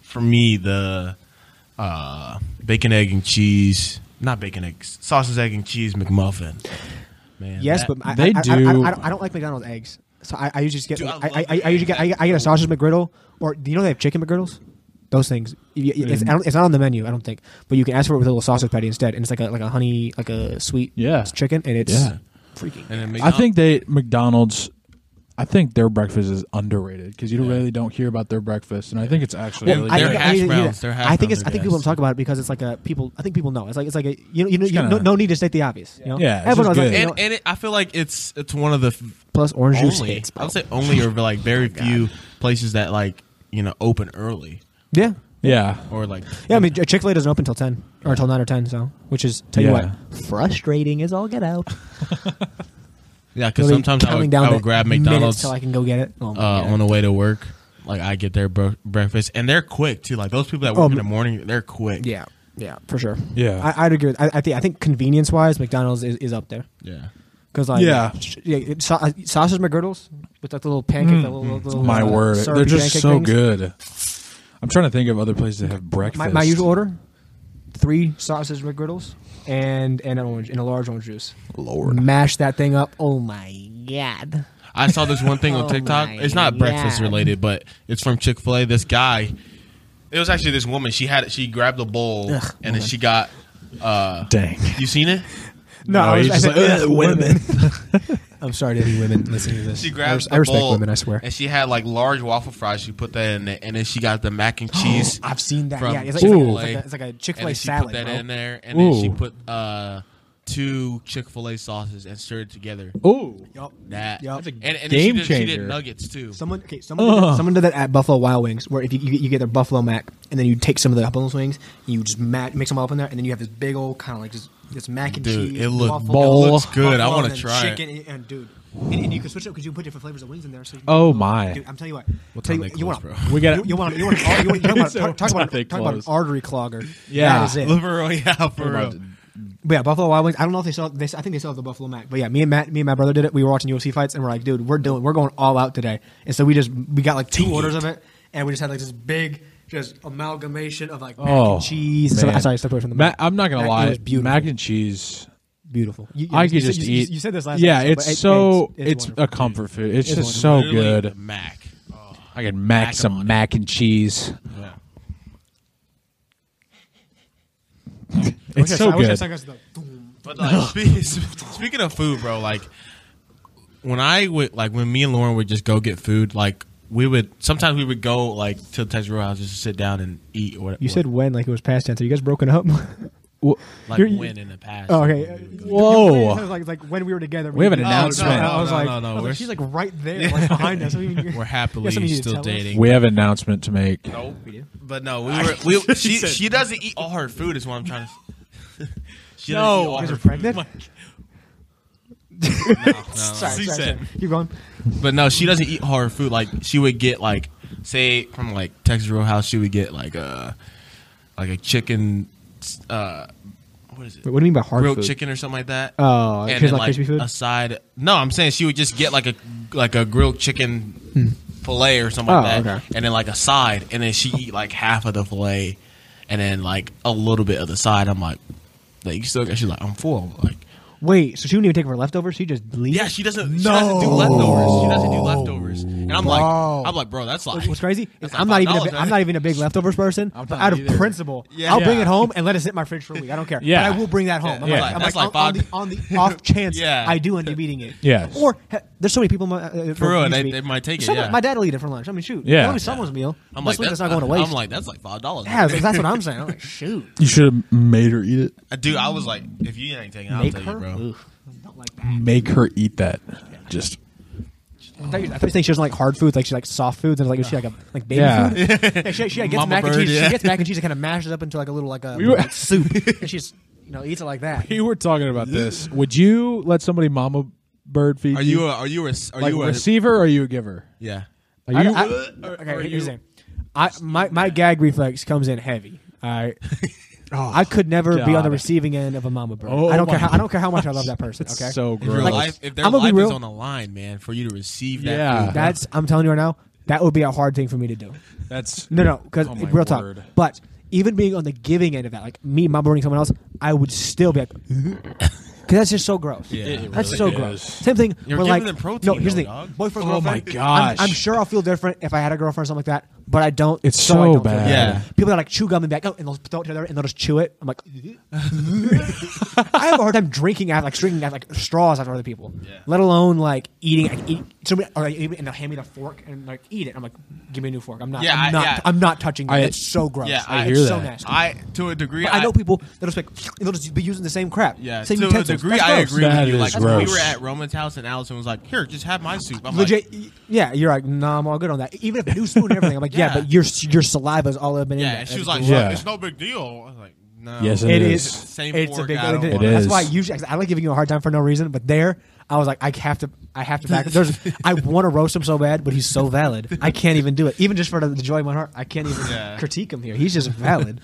Speaker 5: for me the uh, bacon egg and cheese, not bacon eggs, sausage egg and cheese McMuffin. Man,
Speaker 1: Yes,
Speaker 5: that-
Speaker 1: but I,
Speaker 2: they
Speaker 1: I, I-
Speaker 2: do-
Speaker 1: I, I, don't- I don't like McDonald's eggs, so I, I usually just get
Speaker 5: Dude, I
Speaker 1: like,
Speaker 5: love
Speaker 1: I, I, I
Speaker 5: the
Speaker 1: usually get I, I get a sausage McGriddle or do you know they have chicken McGriddles? Those things. You- you-
Speaker 2: Mm.
Speaker 1: It's, I don't- it's not on the menu, I don't think, but you can ask for it with a little sausage patty instead, and it's like a like a honey like a sweet
Speaker 2: Yeah.
Speaker 1: chicken, and it's
Speaker 2: Yeah.
Speaker 1: freaking.
Speaker 5: and then
Speaker 2: I
Speaker 5: McDonald's-
Speaker 2: think they McDonald's. I think their breakfast is underrated because you really don't hear about their breakfast, and I think it's actually
Speaker 5: Well,
Speaker 2: really
Speaker 5: I- They're
Speaker 2: good.
Speaker 1: think-
Speaker 5: hash
Speaker 1: think-
Speaker 5: browns. They're hash
Speaker 1: I think
Speaker 5: browns
Speaker 1: it's,
Speaker 5: are
Speaker 1: I think
Speaker 5: good.
Speaker 1: people don't talk about it because it's like a people. I think people know. It's like it's like a you know you know, you
Speaker 2: kinda-
Speaker 1: no, no need to state the obvious. You know?
Speaker 2: Yeah, it's
Speaker 1: everyone
Speaker 2: just good.
Speaker 1: knows. Like, you
Speaker 5: and,
Speaker 1: know,
Speaker 5: and it, I feel like it's it's one of the f-
Speaker 1: plus orange juice
Speaker 5: only
Speaker 1: hits,
Speaker 5: I
Speaker 1: bro. Oh
Speaker 5: would say only or like very few places that like you know open early
Speaker 1: yeah,
Speaker 2: yeah,
Speaker 5: or like
Speaker 1: yeah. I mean, Chick Fil A doesn't open till ten or till nine or ten. So, which is tell you
Speaker 2: Yeah.
Speaker 1: what, frustrating as all get out.
Speaker 5: yeah because
Speaker 1: Really
Speaker 5: sometimes I
Speaker 1: counting
Speaker 5: would, I
Speaker 1: the
Speaker 5: would grab
Speaker 1: minutes
Speaker 5: McDonald's
Speaker 1: till I can go get it. Oh my
Speaker 5: uh,
Speaker 1: God.
Speaker 5: on the way to work. Like I get their bro- breakfast, and they're quick too. Like those people that work
Speaker 1: Oh,
Speaker 5: in
Speaker 1: m-
Speaker 5: the morning, they're quick.
Speaker 1: yeah, yeah, for sure.
Speaker 2: Yeah.
Speaker 1: I, I'd agree. With, I, I think I think convenience wise, McDonald's is, is up there.
Speaker 5: yeah.
Speaker 1: Because like
Speaker 2: Yeah.
Speaker 1: sh- yeah it, sa- uh, sausage McGriddles with like the little pancake,
Speaker 5: Mm.
Speaker 1: the little, little
Speaker 2: my
Speaker 1: uh,
Speaker 2: word,
Speaker 1: syrupy
Speaker 2: they're just
Speaker 1: pancake
Speaker 2: so
Speaker 1: things.
Speaker 2: good. I'm trying to think of other places that have breakfast.
Speaker 1: My, my usual order: three sausage McGriddles and and an orange and a large orange juice.
Speaker 2: Lord.
Speaker 1: Mash that thing up. Oh my god!
Speaker 5: I saw this one thing on
Speaker 1: Oh
Speaker 5: TikTok.
Speaker 1: my
Speaker 5: It's not breakfast
Speaker 1: God.
Speaker 5: related, but it's from Chick Fil A. This guy, it was actually this woman. She had she grabbed a bowl and then she got. uh
Speaker 2: Dang.
Speaker 5: You seen it?
Speaker 2: No, I was-
Speaker 5: he's just
Speaker 2: I
Speaker 5: like,
Speaker 2: said,
Speaker 5: "Ugh,
Speaker 2: "Ugh,
Speaker 5: women.
Speaker 1: I'm sorry to any women listening to this.
Speaker 4: She grabs
Speaker 1: I,
Speaker 4: the
Speaker 1: respect
Speaker 4: bowl,
Speaker 1: women, I swear.
Speaker 4: And she had like large waffle fries. She put that in there, and then she got the mac and cheese.
Speaker 1: I've seen that.
Speaker 4: from
Speaker 1: yeah, it's like, it's like- it's like
Speaker 4: Chick-fil-A,
Speaker 1: a, it's like a
Speaker 4: and
Speaker 1: Chick-fil-A
Speaker 4: then she
Speaker 1: salad.
Speaker 4: put that
Speaker 1: bro.
Speaker 4: in there, and then she
Speaker 2: Ooh.
Speaker 4: put uh, two Chick Fil A sauces and stirred it together.
Speaker 2: Oh,
Speaker 1: Yup.
Speaker 4: That
Speaker 1: Yup.
Speaker 4: and, and
Speaker 2: game
Speaker 4: she did, She
Speaker 2: changer.
Speaker 4: did nuggets too.
Speaker 1: Someone, okay, someone, did, that-
Speaker 2: Ugh.
Speaker 1: someone did that at Buffalo Wild Wings, where if you, you, get- you get their Buffalo Mac and then you take some of the buffalo wings, and you just ma- mix them all up in there, and then you have this big old kind of like just this mac and
Speaker 5: Dude,
Speaker 1: cheese.
Speaker 5: it look-
Speaker 1: waffle,
Speaker 5: bowl.
Speaker 1: it
Speaker 5: looks good. I
Speaker 1: waffle,
Speaker 5: wanna
Speaker 1: and then
Speaker 5: try it.
Speaker 1: chicken, and, and dude, and, and you can switch it because you put different flavors of wings in there. So you-
Speaker 2: Oh, my.
Speaker 1: Dude, I'm telling you what.
Speaker 5: What
Speaker 1: tell
Speaker 5: time
Speaker 1: you,
Speaker 5: they
Speaker 1: you
Speaker 5: close,
Speaker 1: want
Speaker 5: bro?
Speaker 2: we got
Speaker 1: You, you want you want you want talk about,
Speaker 2: So
Speaker 1: talk, about,
Speaker 2: they
Speaker 1: talk about an
Speaker 2: close.
Speaker 1: artery clogger.
Speaker 2: Yeah.
Speaker 1: that is it.
Speaker 5: Liberal, yeah, for real.
Speaker 1: But yeah, Buffalo Wild Wings. I don't know if they sell. They, I think they sell the Buffalo Mac. But yeah, me and Matt, me and my brother did it. We were watching UFC fights, and we're like, dude, we're doing, we're going all out today. And so we just we got like two orders of it, and we just had like this big just amalgamation of like mac
Speaker 2: Oh,
Speaker 1: and cheese. And stuff.
Speaker 2: man.
Speaker 1: I saw you step away from the
Speaker 2: Ma-
Speaker 1: mic.
Speaker 2: I'm not gonna
Speaker 1: Mac- it
Speaker 2: lie.
Speaker 1: was beautiful.
Speaker 2: Mac and cheese.
Speaker 1: beautiful. You,
Speaker 2: I
Speaker 1: you-
Speaker 2: could
Speaker 1: you said-
Speaker 2: just
Speaker 1: you-
Speaker 2: eat.
Speaker 1: You, you said this last.
Speaker 2: Yeah,
Speaker 1: episode, but
Speaker 2: it's
Speaker 1: it-
Speaker 2: so it's, uh,
Speaker 1: wonderful.
Speaker 2: a comfort food. It's,
Speaker 1: It's
Speaker 2: just so
Speaker 4: Literally
Speaker 2: good.
Speaker 4: the Mac. Oh,
Speaker 2: I could mac
Speaker 4: Mac
Speaker 2: some
Speaker 4: on it.
Speaker 2: mac and cheese.
Speaker 4: yeah.
Speaker 1: I wish
Speaker 2: It's
Speaker 1: I-
Speaker 2: so
Speaker 1: I wish I
Speaker 2: good.
Speaker 1: sung us the- boom.
Speaker 5: But like, speaking, speaking of food, bro, like when I would like when me and Lauren would just go get food, like we would sometimes we would go like to the Texas Roadhouse just to sit down and eat. Or what,
Speaker 1: You said when like it was past tense. Are you guys broken up?
Speaker 5: like
Speaker 1: you're-
Speaker 5: when in the past.
Speaker 1: Oh,
Speaker 5: like,
Speaker 1: okay.
Speaker 5: when we would go-
Speaker 1: It
Speaker 2: Whoa!
Speaker 1: was like like when we were together. Oh,
Speaker 2: We have an
Speaker 1: did-
Speaker 2: announcement.
Speaker 1: I was
Speaker 5: No,
Speaker 1: like,
Speaker 5: no, no, no,
Speaker 1: I was like,
Speaker 5: we're-
Speaker 1: she's like right there, like behind us. I mean, you
Speaker 5: We're
Speaker 1: got
Speaker 5: happily
Speaker 1: something you need to
Speaker 5: still
Speaker 1: tell us?
Speaker 5: dating.
Speaker 2: We have an announcement to make.
Speaker 5: But no, we were. We, she she doesn't eat all her food. Is what I'm trying to. she doesn't
Speaker 2: No.
Speaker 5: eat all
Speaker 1: You guys
Speaker 5: her
Speaker 1: are pregnant.
Speaker 5: food. No, no, no.
Speaker 1: Sorry, sorry,
Speaker 5: She said-
Speaker 1: sorry. Keep going.
Speaker 5: But no, she doesn't eat hard food. Like she would get like say from like Texas Roadhouse, she would get like a like a chicken. Uh, what is it?
Speaker 1: Wait, what do you mean by hard
Speaker 5: grilled
Speaker 1: food?
Speaker 5: chicken or something like that.
Speaker 1: Oh,
Speaker 5: and
Speaker 1: kids
Speaker 5: then,
Speaker 1: like
Speaker 5: like
Speaker 1: crispy food?
Speaker 5: a side. No, I'm saying she would just get like a like a grilled chicken fillet or something
Speaker 1: Hmm. Oh,
Speaker 5: like that,
Speaker 1: okay.
Speaker 5: and then like a side, and then she eat like half of the fillet, and then like a little bit of the side. I'm like, like you still got? She's like, I'm full. I'm like,
Speaker 1: Wait, so she wouldn't even take her leftovers? She just leaves?
Speaker 5: yeah, she doesn't. She doesn't do leftovers. She doesn't do leftovers. And I'm like,
Speaker 1: Bro.
Speaker 5: I'm like, bro, that's like
Speaker 1: What's crazy? is
Speaker 5: that's like
Speaker 1: I'm not even a
Speaker 5: $5,
Speaker 1: bi- I'm not even a big leftovers person.
Speaker 2: I'm
Speaker 1: But
Speaker 2: not
Speaker 1: out of
Speaker 2: either.
Speaker 1: principle,
Speaker 5: Yeah.
Speaker 1: I'll bring
Speaker 5: Yeah.
Speaker 1: it home and let it sit in my fridge for a week. I don't care.
Speaker 2: Yeah.
Speaker 1: but I will bring that home. I'm
Speaker 2: Yeah.
Speaker 1: like, I'm
Speaker 5: That's
Speaker 1: like,
Speaker 5: like
Speaker 1: on,
Speaker 5: five-
Speaker 1: on the, on the off chance
Speaker 5: Yeah.
Speaker 1: I do end up eating it.
Speaker 2: Yes.
Speaker 1: Or he- there's so many people. in My, uh,
Speaker 5: For real,
Speaker 1: used to
Speaker 5: they-
Speaker 1: be-
Speaker 5: they might take it,
Speaker 1: Someone-
Speaker 5: yeah.
Speaker 1: My dad will eat it for lunch. I mean, shoot.
Speaker 2: Yeah.
Speaker 1: Only someone's meal.
Speaker 5: I'm
Speaker 1: That's
Speaker 5: like,
Speaker 1: sweet, that's
Speaker 5: that's,
Speaker 1: not going to waste.
Speaker 5: I'm like, that's like five dollars.
Speaker 1: yeah, that's what I'm saying. I'm like, shoot.
Speaker 2: You should have made her eat it.
Speaker 5: dude. I was like, if you ain't taking, it, I'll
Speaker 1: Make
Speaker 5: take
Speaker 1: her.
Speaker 5: it, bro.
Speaker 1: Ugh, don't like that.
Speaker 2: Make her eat that. Just
Speaker 1: I thought you I thought you were saying she doesn't like hard foods, like she likes soft foods, and like she like a like baby
Speaker 2: Yeah.
Speaker 1: food. Yeah, she, she like, gets
Speaker 5: Mama
Speaker 1: mac and
Speaker 5: bird,
Speaker 1: cheese.
Speaker 5: yeah.
Speaker 1: She gets mac and cheese and kind of mashes it up into like a little like a
Speaker 2: We were-
Speaker 1: like soup, and she's you know eats it like that.
Speaker 2: you were talking about this. Would you let somebody mama bird feed
Speaker 5: Are you a, are you a, are
Speaker 2: like
Speaker 5: you a,
Speaker 2: receiver or are you a giver?
Speaker 5: yeah.
Speaker 2: Are you
Speaker 1: I, I,
Speaker 5: are-
Speaker 1: okay,
Speaker 5: are
Speaker 1: here's
Speaker 5: you-
Speaker 1: the thing. I my my gag reflex comes in heavy. All right. I could never be on
Speaker 2: Oh, God.
Speaker 1: the receiving end of a mama bird.
Speaker 2: Oh
Speaker 1: I don't
Speaker 2: my
Speaker 1: care. How, I don't care how much I love that person.
Speaker 2: It's
Speaker 1: Okay,
Speaker 2: so
Speaker 5: If your
Speaker 2: gross.
Speaker 5: life, if their
Speaker 1: I'ma be
Speaker 5: life
Speaker 1: real.
Speaker 5: is on the line, man, for you to receive that,
Speaker 2: Yeah.
Speaker 5: food,
Speaker 1: that's I'm telling you right now. That would be a hard thing for me to do.
Speaker 2: That's
Speaker 1: No, no, because
Speaker 2: Oh my
Speaker 1: real talk.
Speaker 2: word.
Speaker 1: But even being on the giving end of that, like me mom burning someone else, I would still be like, because that's just so gross.
Speaker 5: Yeah, it
Speaker 1: that's so
Speaker 5: really
Speaker 1: gross.
Speaker 2: is.
Speaker 1: Same thing.
Speaker 5: You're
Speaker 1: with,
Speaker 5: giving
Speaker 1: like,
Speaker 5: them protein,
Speaker 1: No, here's
Speaker 5: though,
Speaker 1: the thing.
Speaker 5: dog.
Speaker 1: Boyfriend,
Speaker 2: Oh my
Speaker 1: girlfriend. I'm- I'm,
Speaker 2: gosh.
Speaker 1: sure I'll feel different if I had a girlfriend or something like that, but I don't.
Speaker 2: It's
Speaker 1: I
Speaker 2: so
Speaker 1: don't feel
Speaker 2: bad.
Speaker 1: different.
Speaker 5: Yeah.
Speaker 1: People that like chew gum and be like, oh, and they'll throw it together and they'll just chew it. I'm like, I have a hard time drinking out like drinking out like straws after other people. Let alone like eating. Like, eat, somebody or like, even- and they'll hand me the fork and like eat it. I'm like, give me a new fork. I'm not.
Speaker 5: Yeah, I-
Speaker 1: I'm not.
Speaker 5: yeah.
Speaker 1: I'm not touching that.
Speaker 2: I-
Speaker 1: It's so gross.
Speaker 5: yeah, I
Speaker 1: it's
Speaker 2: hear
Speaker 1: so
Speaker 2: that.
Speaker 1: nasty.
Speaker 5: I to a degree,
Speaker 1: But I, know people that'll just like they'll just be using the same crap.
Speaker 5: Yeah,
Speaker 1: same
Speaker 5: to
Speaker 1: utensils.
Speaker 5: a degree,
Speaker 1: That's
Speaker 5: I
Speaker 1: gross.
Speaker 5: agree
Speaker 2: That
Speaker 5: with you.
Speaker 2: is
Speaker 5: Like
Speaker 2: gross.
Speaker 5: we were at Roman's house, and Allison was like, "Here, just have my soup." I'm like,
Speaker 1: Legit, yeah, you're like, nah, I'm all good on that. Even if new spoon and everything, I'm like, yeah,
Speaker 5: Yeah.
Speaker 1: but your your saliva's all up in
Speaker 5: yeah,
Speaker 1: that.
Speaker 5: and
Speaker 1: That's
Speaker 5: she was like,
Speaker 1: gross.
Speaker 2: Yeah.
Speaker 5: "Well, "It's no big deal." I was like, "No,
Speaker 2: Yes,
Speaker 1: it
Speaker 2: It
Speaker 1: is.
Speaker 2: is.
Speaker 5: Same
Speaker 1: it's a
Speaker 5: fork,
Speaker 1: big.
Speaker 5: I don't
Speaker 1: It
Speaker 5: want
Speaker 2: it.
Speaker 1: That's
Speaker 2: It
Speaker 1: why
Speaker 2: is.
Speaker 1: usually I like giving you a hard time for no reason, but there, I was like, I have to, I have to back. There's, I want to roast him so bad, but he's so valid. I can't even do it. Even just for the joy of my heart, I can't even
Speaker 5: Yeah.
Speaker 1: critique him here. He's just valid.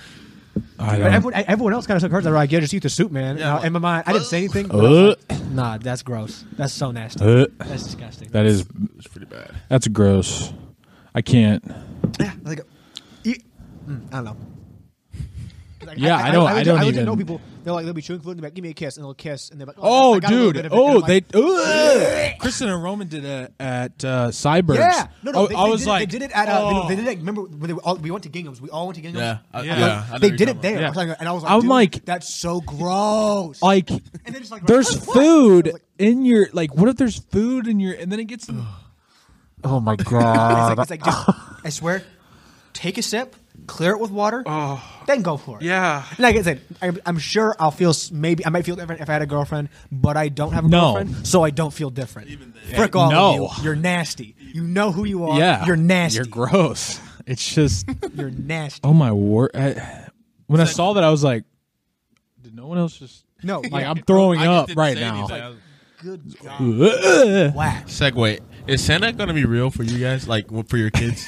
Speaker 2: I
Speaker 1: But
Speaker 2: don't.
Speaker 1: everyone, everyone else kind of took hers. They're like, "Yeah, Uh, just eat the soup, man."
Speaker 5: Yeah,
Speaker 1: And I- in my mind, I didn't say anything. but I was like, nah, that's gross. That's so nasty.
Speaker 2: Uh,
Speaker 1: That's disgusting.
Speaker 2: that is
Speaker 5: it's pretty bad."
Speaker 2: that's gross. I can't.
Speaker 1: uh, hmm, yeah, like, e- mm, I don't know. Like,
Speaker 2: Yeah, I don't- I
Speaker 1: legit-
Speaker 2: don't
Speaker 1: legit
Speaker 2: even-
Speaker 1: know people. They're like, they'll be chewing food and they're like, give me a kiss, and they'll kiss, and they're like,
Speaker 2: Oh,
Speaker 1: I got a little bit
Speaker 2: dude.
Speaker 1: of it. And
Speaker 2: Oh,
Speaker 1: I'm like,
Speaker 2: they. Ugh. Kristen and Roman did it at uh, Cyber.
Speaker 1: Yeah, no, no.
Speaker 2: I,
Speaker 1: they,
Speaker 2: Oh, I
Speaker 1: they
Speaker 2: was
Speaker 1: did, it-
Speaker 2: like,
Speaker 1: they did it at. Uh,
Speaker 2: oh.
Speaker 1: they, they did it. Remember, when they were all, we went to Gingham's. We all went to Gingham's.
Speaker 5: Yeah, I-
Speaker 1: And,
Speaker 5: yeah,
Speaker 1: like,
Speaker 5: I know
Speaker 1: they
Speaker 5: you're
Speaker 1: did
Speaker 5: talking
Speaker 1: it there,
Speaker 2: about. Yeah.
Speaker 1: and I was like,
Speaker 2: I'm
Speaker 1: dude,
Speaker 2: like-
Speaker 1: that's so gross.
Speaker 2: like
Speaker 1: And they're just like,
Speaker 2: there's
Speaker 1: "What?"
Speaker 2: food
Speaker 1: I was like-
Speaker 2: in your like what if there's food in your and then it gets oh my god
Speaker 1: It's like, it's like just, I swear, take a sip, clear it with water, then go for it.
Speaker 3: Yeah.
Speaker 1: And like I said, I, I'm sure I'll feel s- maybe I might feel different if I had a girlfriend, but I don't have a
Speaker 2: No.
Speaker 1: girlfriend, so I don't feel different. Frick all
Speaker 2: No.
Speaker 1: of you. You're nasty. You know who you are.
Speaker 2: yeah
Speaker 1: You're nasty.
Speaker 2: you're gross it's just
Speaker 1: You're nasty.
Speaker 2: oh my word I, when I saw that I was like did no one else just
Speaker 1: No,
Speaker 2: like
Speaker 1: yeah.
Speaker 2: I'm throwing
Speaker 5: I just
Speaker 2: up
Speaker 5: didn't
Speaker 2: right
Speaker 5: say
Speaker 2: now
Speaker 5: anything. I was-
Speaker 1: good God.
Speaker 2: Ugh.
Speaker 1: Whack.
Speaker 5: Segway. Is Santa gonna be real for you guys? Like w- for your kids?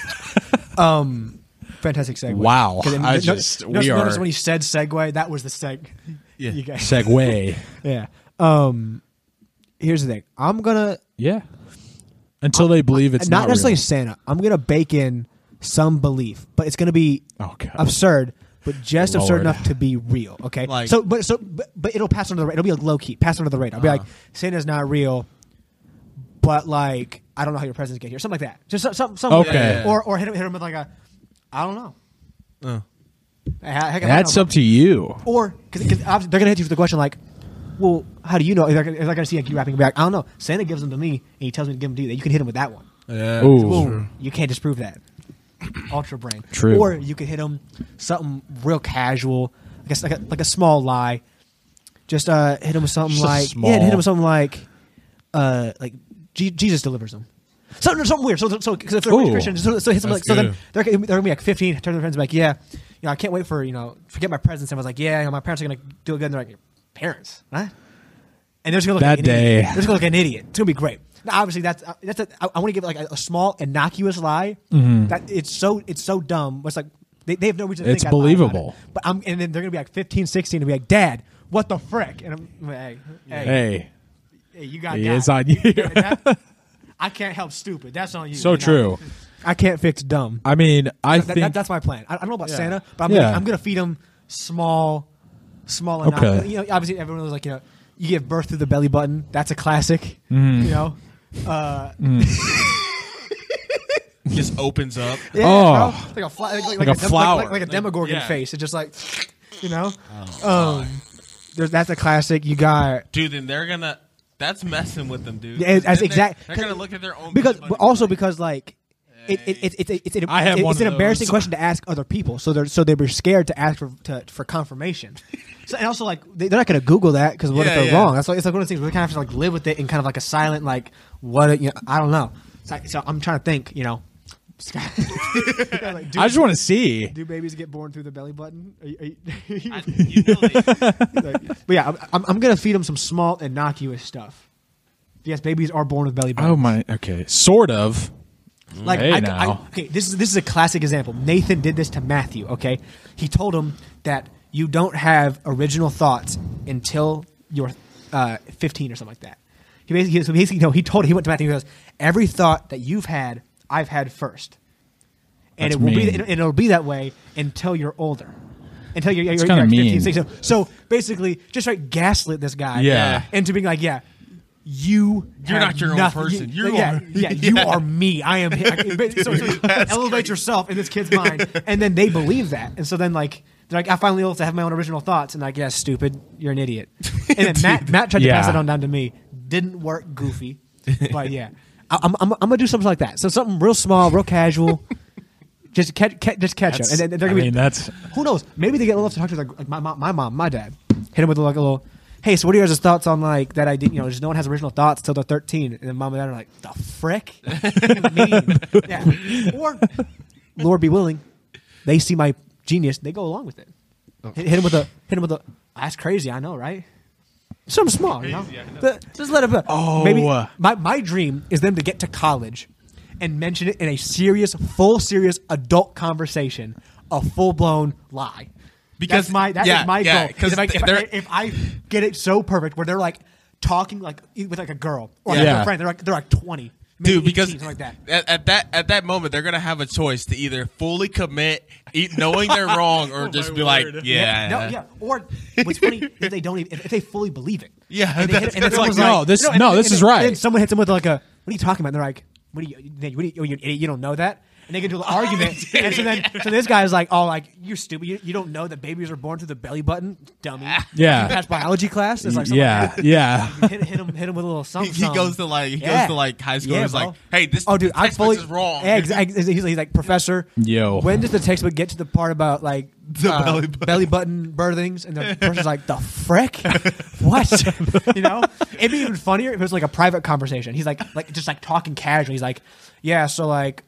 Speaker 1: Um, fantastic segue.
Speaker 2: Wow.
Speaker 1: 'Cause
Speaker 2: I
Speaker 1: no-
Speaker 2: just-
Speaker 1: no-
Speaker 2: we
Speaker 1: notice
Speaker 2: are-
Speaker 1: when you said segue, that was the seg.
Speaker 5: Yeah.
Speaker 1: You guys.
Speaker 2: segue
Speaker 1: Yeah. Um, here's the thing. I'm gonna
Speaker 2: yeah until they believe it's
Speaker 1: not,
Speaker 2: not,
Speaker 1: necessarily
Speaker 2: real.
Speaker 1: Santa. I'm gonna bake in some belief, but it's gonna be
Speaker 2: Oh, God.
Speaker 1: absurd, but just absurd
Speaker 2: Lord.
Speaker 1: enough to be real. Okay,
Speaker 5: Like-
Speaker 1: so but so but, but it'll pass under the ra- it'll be like low key pass under the radar. I'll
Speaker 2: Uh-huh.
Speaker 1: be like Santa's not real, but like I don't know how your presents get here, something like that. Just some, some, something like
Speaker 2: Okay.
Speaker 1: that. or or hit him, hit him with like a I don't know.
Speaker 5: Uh.
Speaker 1: Heck, I don't
Speaker 2: that's
Speaker 1: know.
Speaker 2: up to you
Speaker 1: or because they're gonna hit you with the question like. Well, how do you know? They're gonna, they're gonna see like you wrapping it back. I don't know. Santa gives them to me, and he tells me to give them to you. You can hit him with that one.
Speaker 5: yeah.
Speaker 2: Ooh.
Speaker 1: Boom. You can't disprove that. Ultra brain.
Speaker 2: True.
Speaker 1: Or you could hit them something real casual, I guess like a, like a small lie. Just uh, hit them with something
Speaker 2: Just a
Speaker 1: like
Speaker 2: small-
Speaker 1: yeah, hit them with something like uh, like Je- Jesus delivers them. Something, something weird. So, so because if they're
Speaker 2: Ooh.
Speaker 1: raised Christian, so, so hit them like
Speaker 5: That's
Speaker 1: so then
Speaker 5: good.
Speaker 1: they're, gonna- they're gonna be like fifteen. Turn to their friends and be like, yeah, you know, I can't wait for you know forget my presents. And I was like, yeah, you know, my parents are gonna do it good. And they're like, your parents, what? And they're just gonna look
Speaker 2: That
Speaker 1: like an idiot.
Speaker 2: day.
Speaker 1: They're just gonna look like an idiot. It's gonna be great. Now, obviously, that's uh, that's. A, I, I want to give like a, a small innocuous lie. That it's so it's so dumb. It's like they, they have no reason. to
Speaker 2: Mm-hmm. It's
Speaker 1: think I lied about
Speaker 2: believable.
Speaker 1: it. But I'm and then they're gonna be like 15, 16 and be like, Dad, what the frick? And I'm like, hey, hey, hey,
Speaker 2: hey
Speaker 1: you got
Speaker 2: he
Speaker 1: that.
Speaker 2: is on you.
Speaker 1: That- I can't help stupid. That's on you.
Speaker 2: So
Speaker 1: you know?
Speaker 2: true.
Speaker 1: I can't fix dumb.
Speaker 2: I mean, I
Speaker 1: That,
Speaker 2: think
Speaker 1: that, that's my plan. I, I don't know about
Speaker 2: Yeah.
Speaker 1: Santa, but I'm,
Speaker 2: Yeah.
Speaker 1: gonna, I'm gonna feed him small, small. And
Speaker 2: Okay.
Speaker 1: not, you know, obviously everyone was like, you know, you give birth through the belly button. That's a classic.
Speaker 2: Mm-hmm.
Speaker 1: You know, uh,
Speaker 5: Just opens up.
Speaker 1: yeah,
Speaker 2: Oh.
Speaker 1: bro. like a fly, like, like,
Speaker 2: Like
Speaker 1: a,
Speaker 2: a
Speaker 1: dem- like-
Speaker 2: flower.
Speaker 1: like, like a
Speaker 2: Like- Oh
Speaker 1: demogorgon
Speaker 5: yeah.
Speaker 1: face. It just like, you know, um, there's that's a classic. You got
Speaker 5: Dude, then they're gonna that's messing with them, dude.
Speaker 1: Yeah, it- that's
Speaker 5: Then they-
Speaker 1: exact-
Speaker 5: They're gonna look at their own
Speaker 1: because
Speaker 5: budget
Speaker 1: but
Speaker 5: money.
Speaker 1: also because like it, it, it, it's it's an,
Speaker 2: I have
Speaker 1: it's,
Speaker 2: one of
Speaker 1: an embarrassing
Speaker 2: those.
Speaker 1: question to ask other people so they're so they were scared to ask for to, for confirmation so, and also like they, they're not going to google that because what if
Speaker 5: Yeah,
Speaker 1: they're
Speaker 5: yeah.
Speaker 1: wrong that's like it's like one of the things we kind of have to like live with it and kind of like a silent like what a- you know, i don't know so, so i'm trying to think you know Like, do,
Speaker 2: I just want to see.
Speaker 1: do babies get born through the belly button Are you- are you-
Speaker 5: I- you know they-
Speaker 1: like- but yeah I'm- I'm, I'm gonna feed them some small innocuous stuff yes babies are born with belly buttons
Speaker 2: Oh my. Okay, sort of.
Speaker 1: Like
Speaker 2: Hey,
Speaker 1: I,
Speaker 2: now.
Speaker 1: I- okay, this is this is a classic example. Nathan did this to Matthew. Okay, he told him that you don't have original thoughts until you're uh, 15 or something like that. He basically, so basically, no, he told he went to Matthew. He goes, every thought that you've had, I've had first, and
Speaker 2: That's
Speaker 1: it will be
Speaker 2: mean.
Speaker 1: and it'll be that way until you're older. Until you're, you're,
Speaker 2: kinda
Speaker 1: you're like 15,
Speaker 2: mean.
Speaker 1: 16. So, so basically, just right, gaslit this guy.
Speaker 2: Yeah.
Speaker 1: Into being like, yeah, you
Speaker 5: You're
Speaker 1: have
Speaker 5: not your own
Speaker 1: nothing-
Speaker 5: person.
Speaker 1: you-
Speaker 5: You're
Speaker 1: yeah,
Speaker 5: our-
Speaker 1: yeah, you
Speaker 5: Yeah.
Speaker 1: are me. I am. Him. so, so you elevate yourself in this kid's mind, and then they believe that, and so then like they're like, I finally able to have my own original thoughts, and like, yeah, stupid, you're an idiot. And then Matt, Matt tried to pass
Speaker 2: Yeah.
Speaker 1: it on down to me. Didn't work, goofy, but yeah, I, I'm, I'm I'm gonna do something like that. So something real small, real casual. Just catch, ca- just catch them, and then they're
Speaker 2: I
Speaker 1: gonna
Speaker 2: mean,
Speaker 1: be.
Speaker 2: that's
Speaker 1: Who knows? Maybe they get old enough to talk to their, like my, mom, my mom, my dad. Hit him with like a little, hey, so what are your guys' thoughts on like that idea? You know, just no one has original thoughts till they're 13. And then mom and dad are like, the frick? Mean. yeah. Or, Lord be willing, they see my genius, they go along with it. Hit, hit him with a, hit him with a, that's crazy, I know, right? Something small, you know? The- just let it be.
Speaker 2: Oh.
Speaker 1: Maybe my, my dream is them to get to college and mention it in a serious, full serious adult conversation, a full blown lie.
Speaker 5: Because-
Speaker 1: That's my that is
Speaker 5: yeah,
Speaker 1: my
Speaker 5: yeah,
Speaker 1: goal.
Speaker 5: 'cause
Speaker 1: if I,
Speaker 5: they-
Speaker 1: if, I,
Speaker 5: they're-
Speaker 1: if I get it so perfect where they're like talking like with like a girl or like
Speaker 2: Yeah.
Speaker 1: a friend, they're like they're like twenty. maybe
Speaker 5: dude, because
Speaker 1: 18, something like that.
Speaker 5: At, at that at that moment, they're gonna have a choice to either fully commit, eat, knowing they're wrong, or just be like, yeah,
Speaker 1: No, yeah. Or what's funny is they don't even if, if they fully believe it.
Speaker 5: Yeah,
Speaker 1: and they hit
Speaker 5: that's-
Speaker 1: it, and it's
Speaker 5: that's
Speaker 1: like,
Speaker 5: what-
Speaker 2: no, this-
Speaker 1: and-
Speaker 2: no,
Speaker 1: and
Speaker 2: this
Speaker 1: then-
Speaker 2: is right.
Speaker 1: and then someone hits them with like a, "What are you talking about?" And they're like, "What are you? Nate, What are you? Oh, you're an idiot. You don't know that." And they get into an argument, and so then so this guy's like, "Oh, like you're stupid. You, you don't know that babies are born through the belly button, dummy."
Speaker 2: Yeah.
Speaker 1: You passed biology class. It's like something
Speaker 2: yeah,
Speaker 1: like
Speaker 2: yeah.
Speaker 1: that. hit, hit him, hit him with a little
Speaker 5: He,
Speaker 1: something.
Speaker 5: he goes to like he
Speaker 1: Yeah.
Speaker 5: goes to like high school.
Speaker 1: Yeah,
Speaker 5: and he's
Speaker 1: bro.
Speaker 5: like, hey, this
Speaker 1: Oh, dude, I
Speaker 5: textbook
Speaker 1: fully
Speaker 5: is wrong.
Speaker 1: Yeah, exactly. He's, he's like, Professor,
Speaker 2: Yo.
Speaker 1: when does the textbook get to the part about like
Speaker 5: The
Speaker 1: uh,
Speaker 5: belly button.
Speaker 1: belly button birthings? And the person's like, the frick, what? you know, it'd be even funnier if it was like a private conversation. He's like, like just like talking casually. He's like, yeah, so like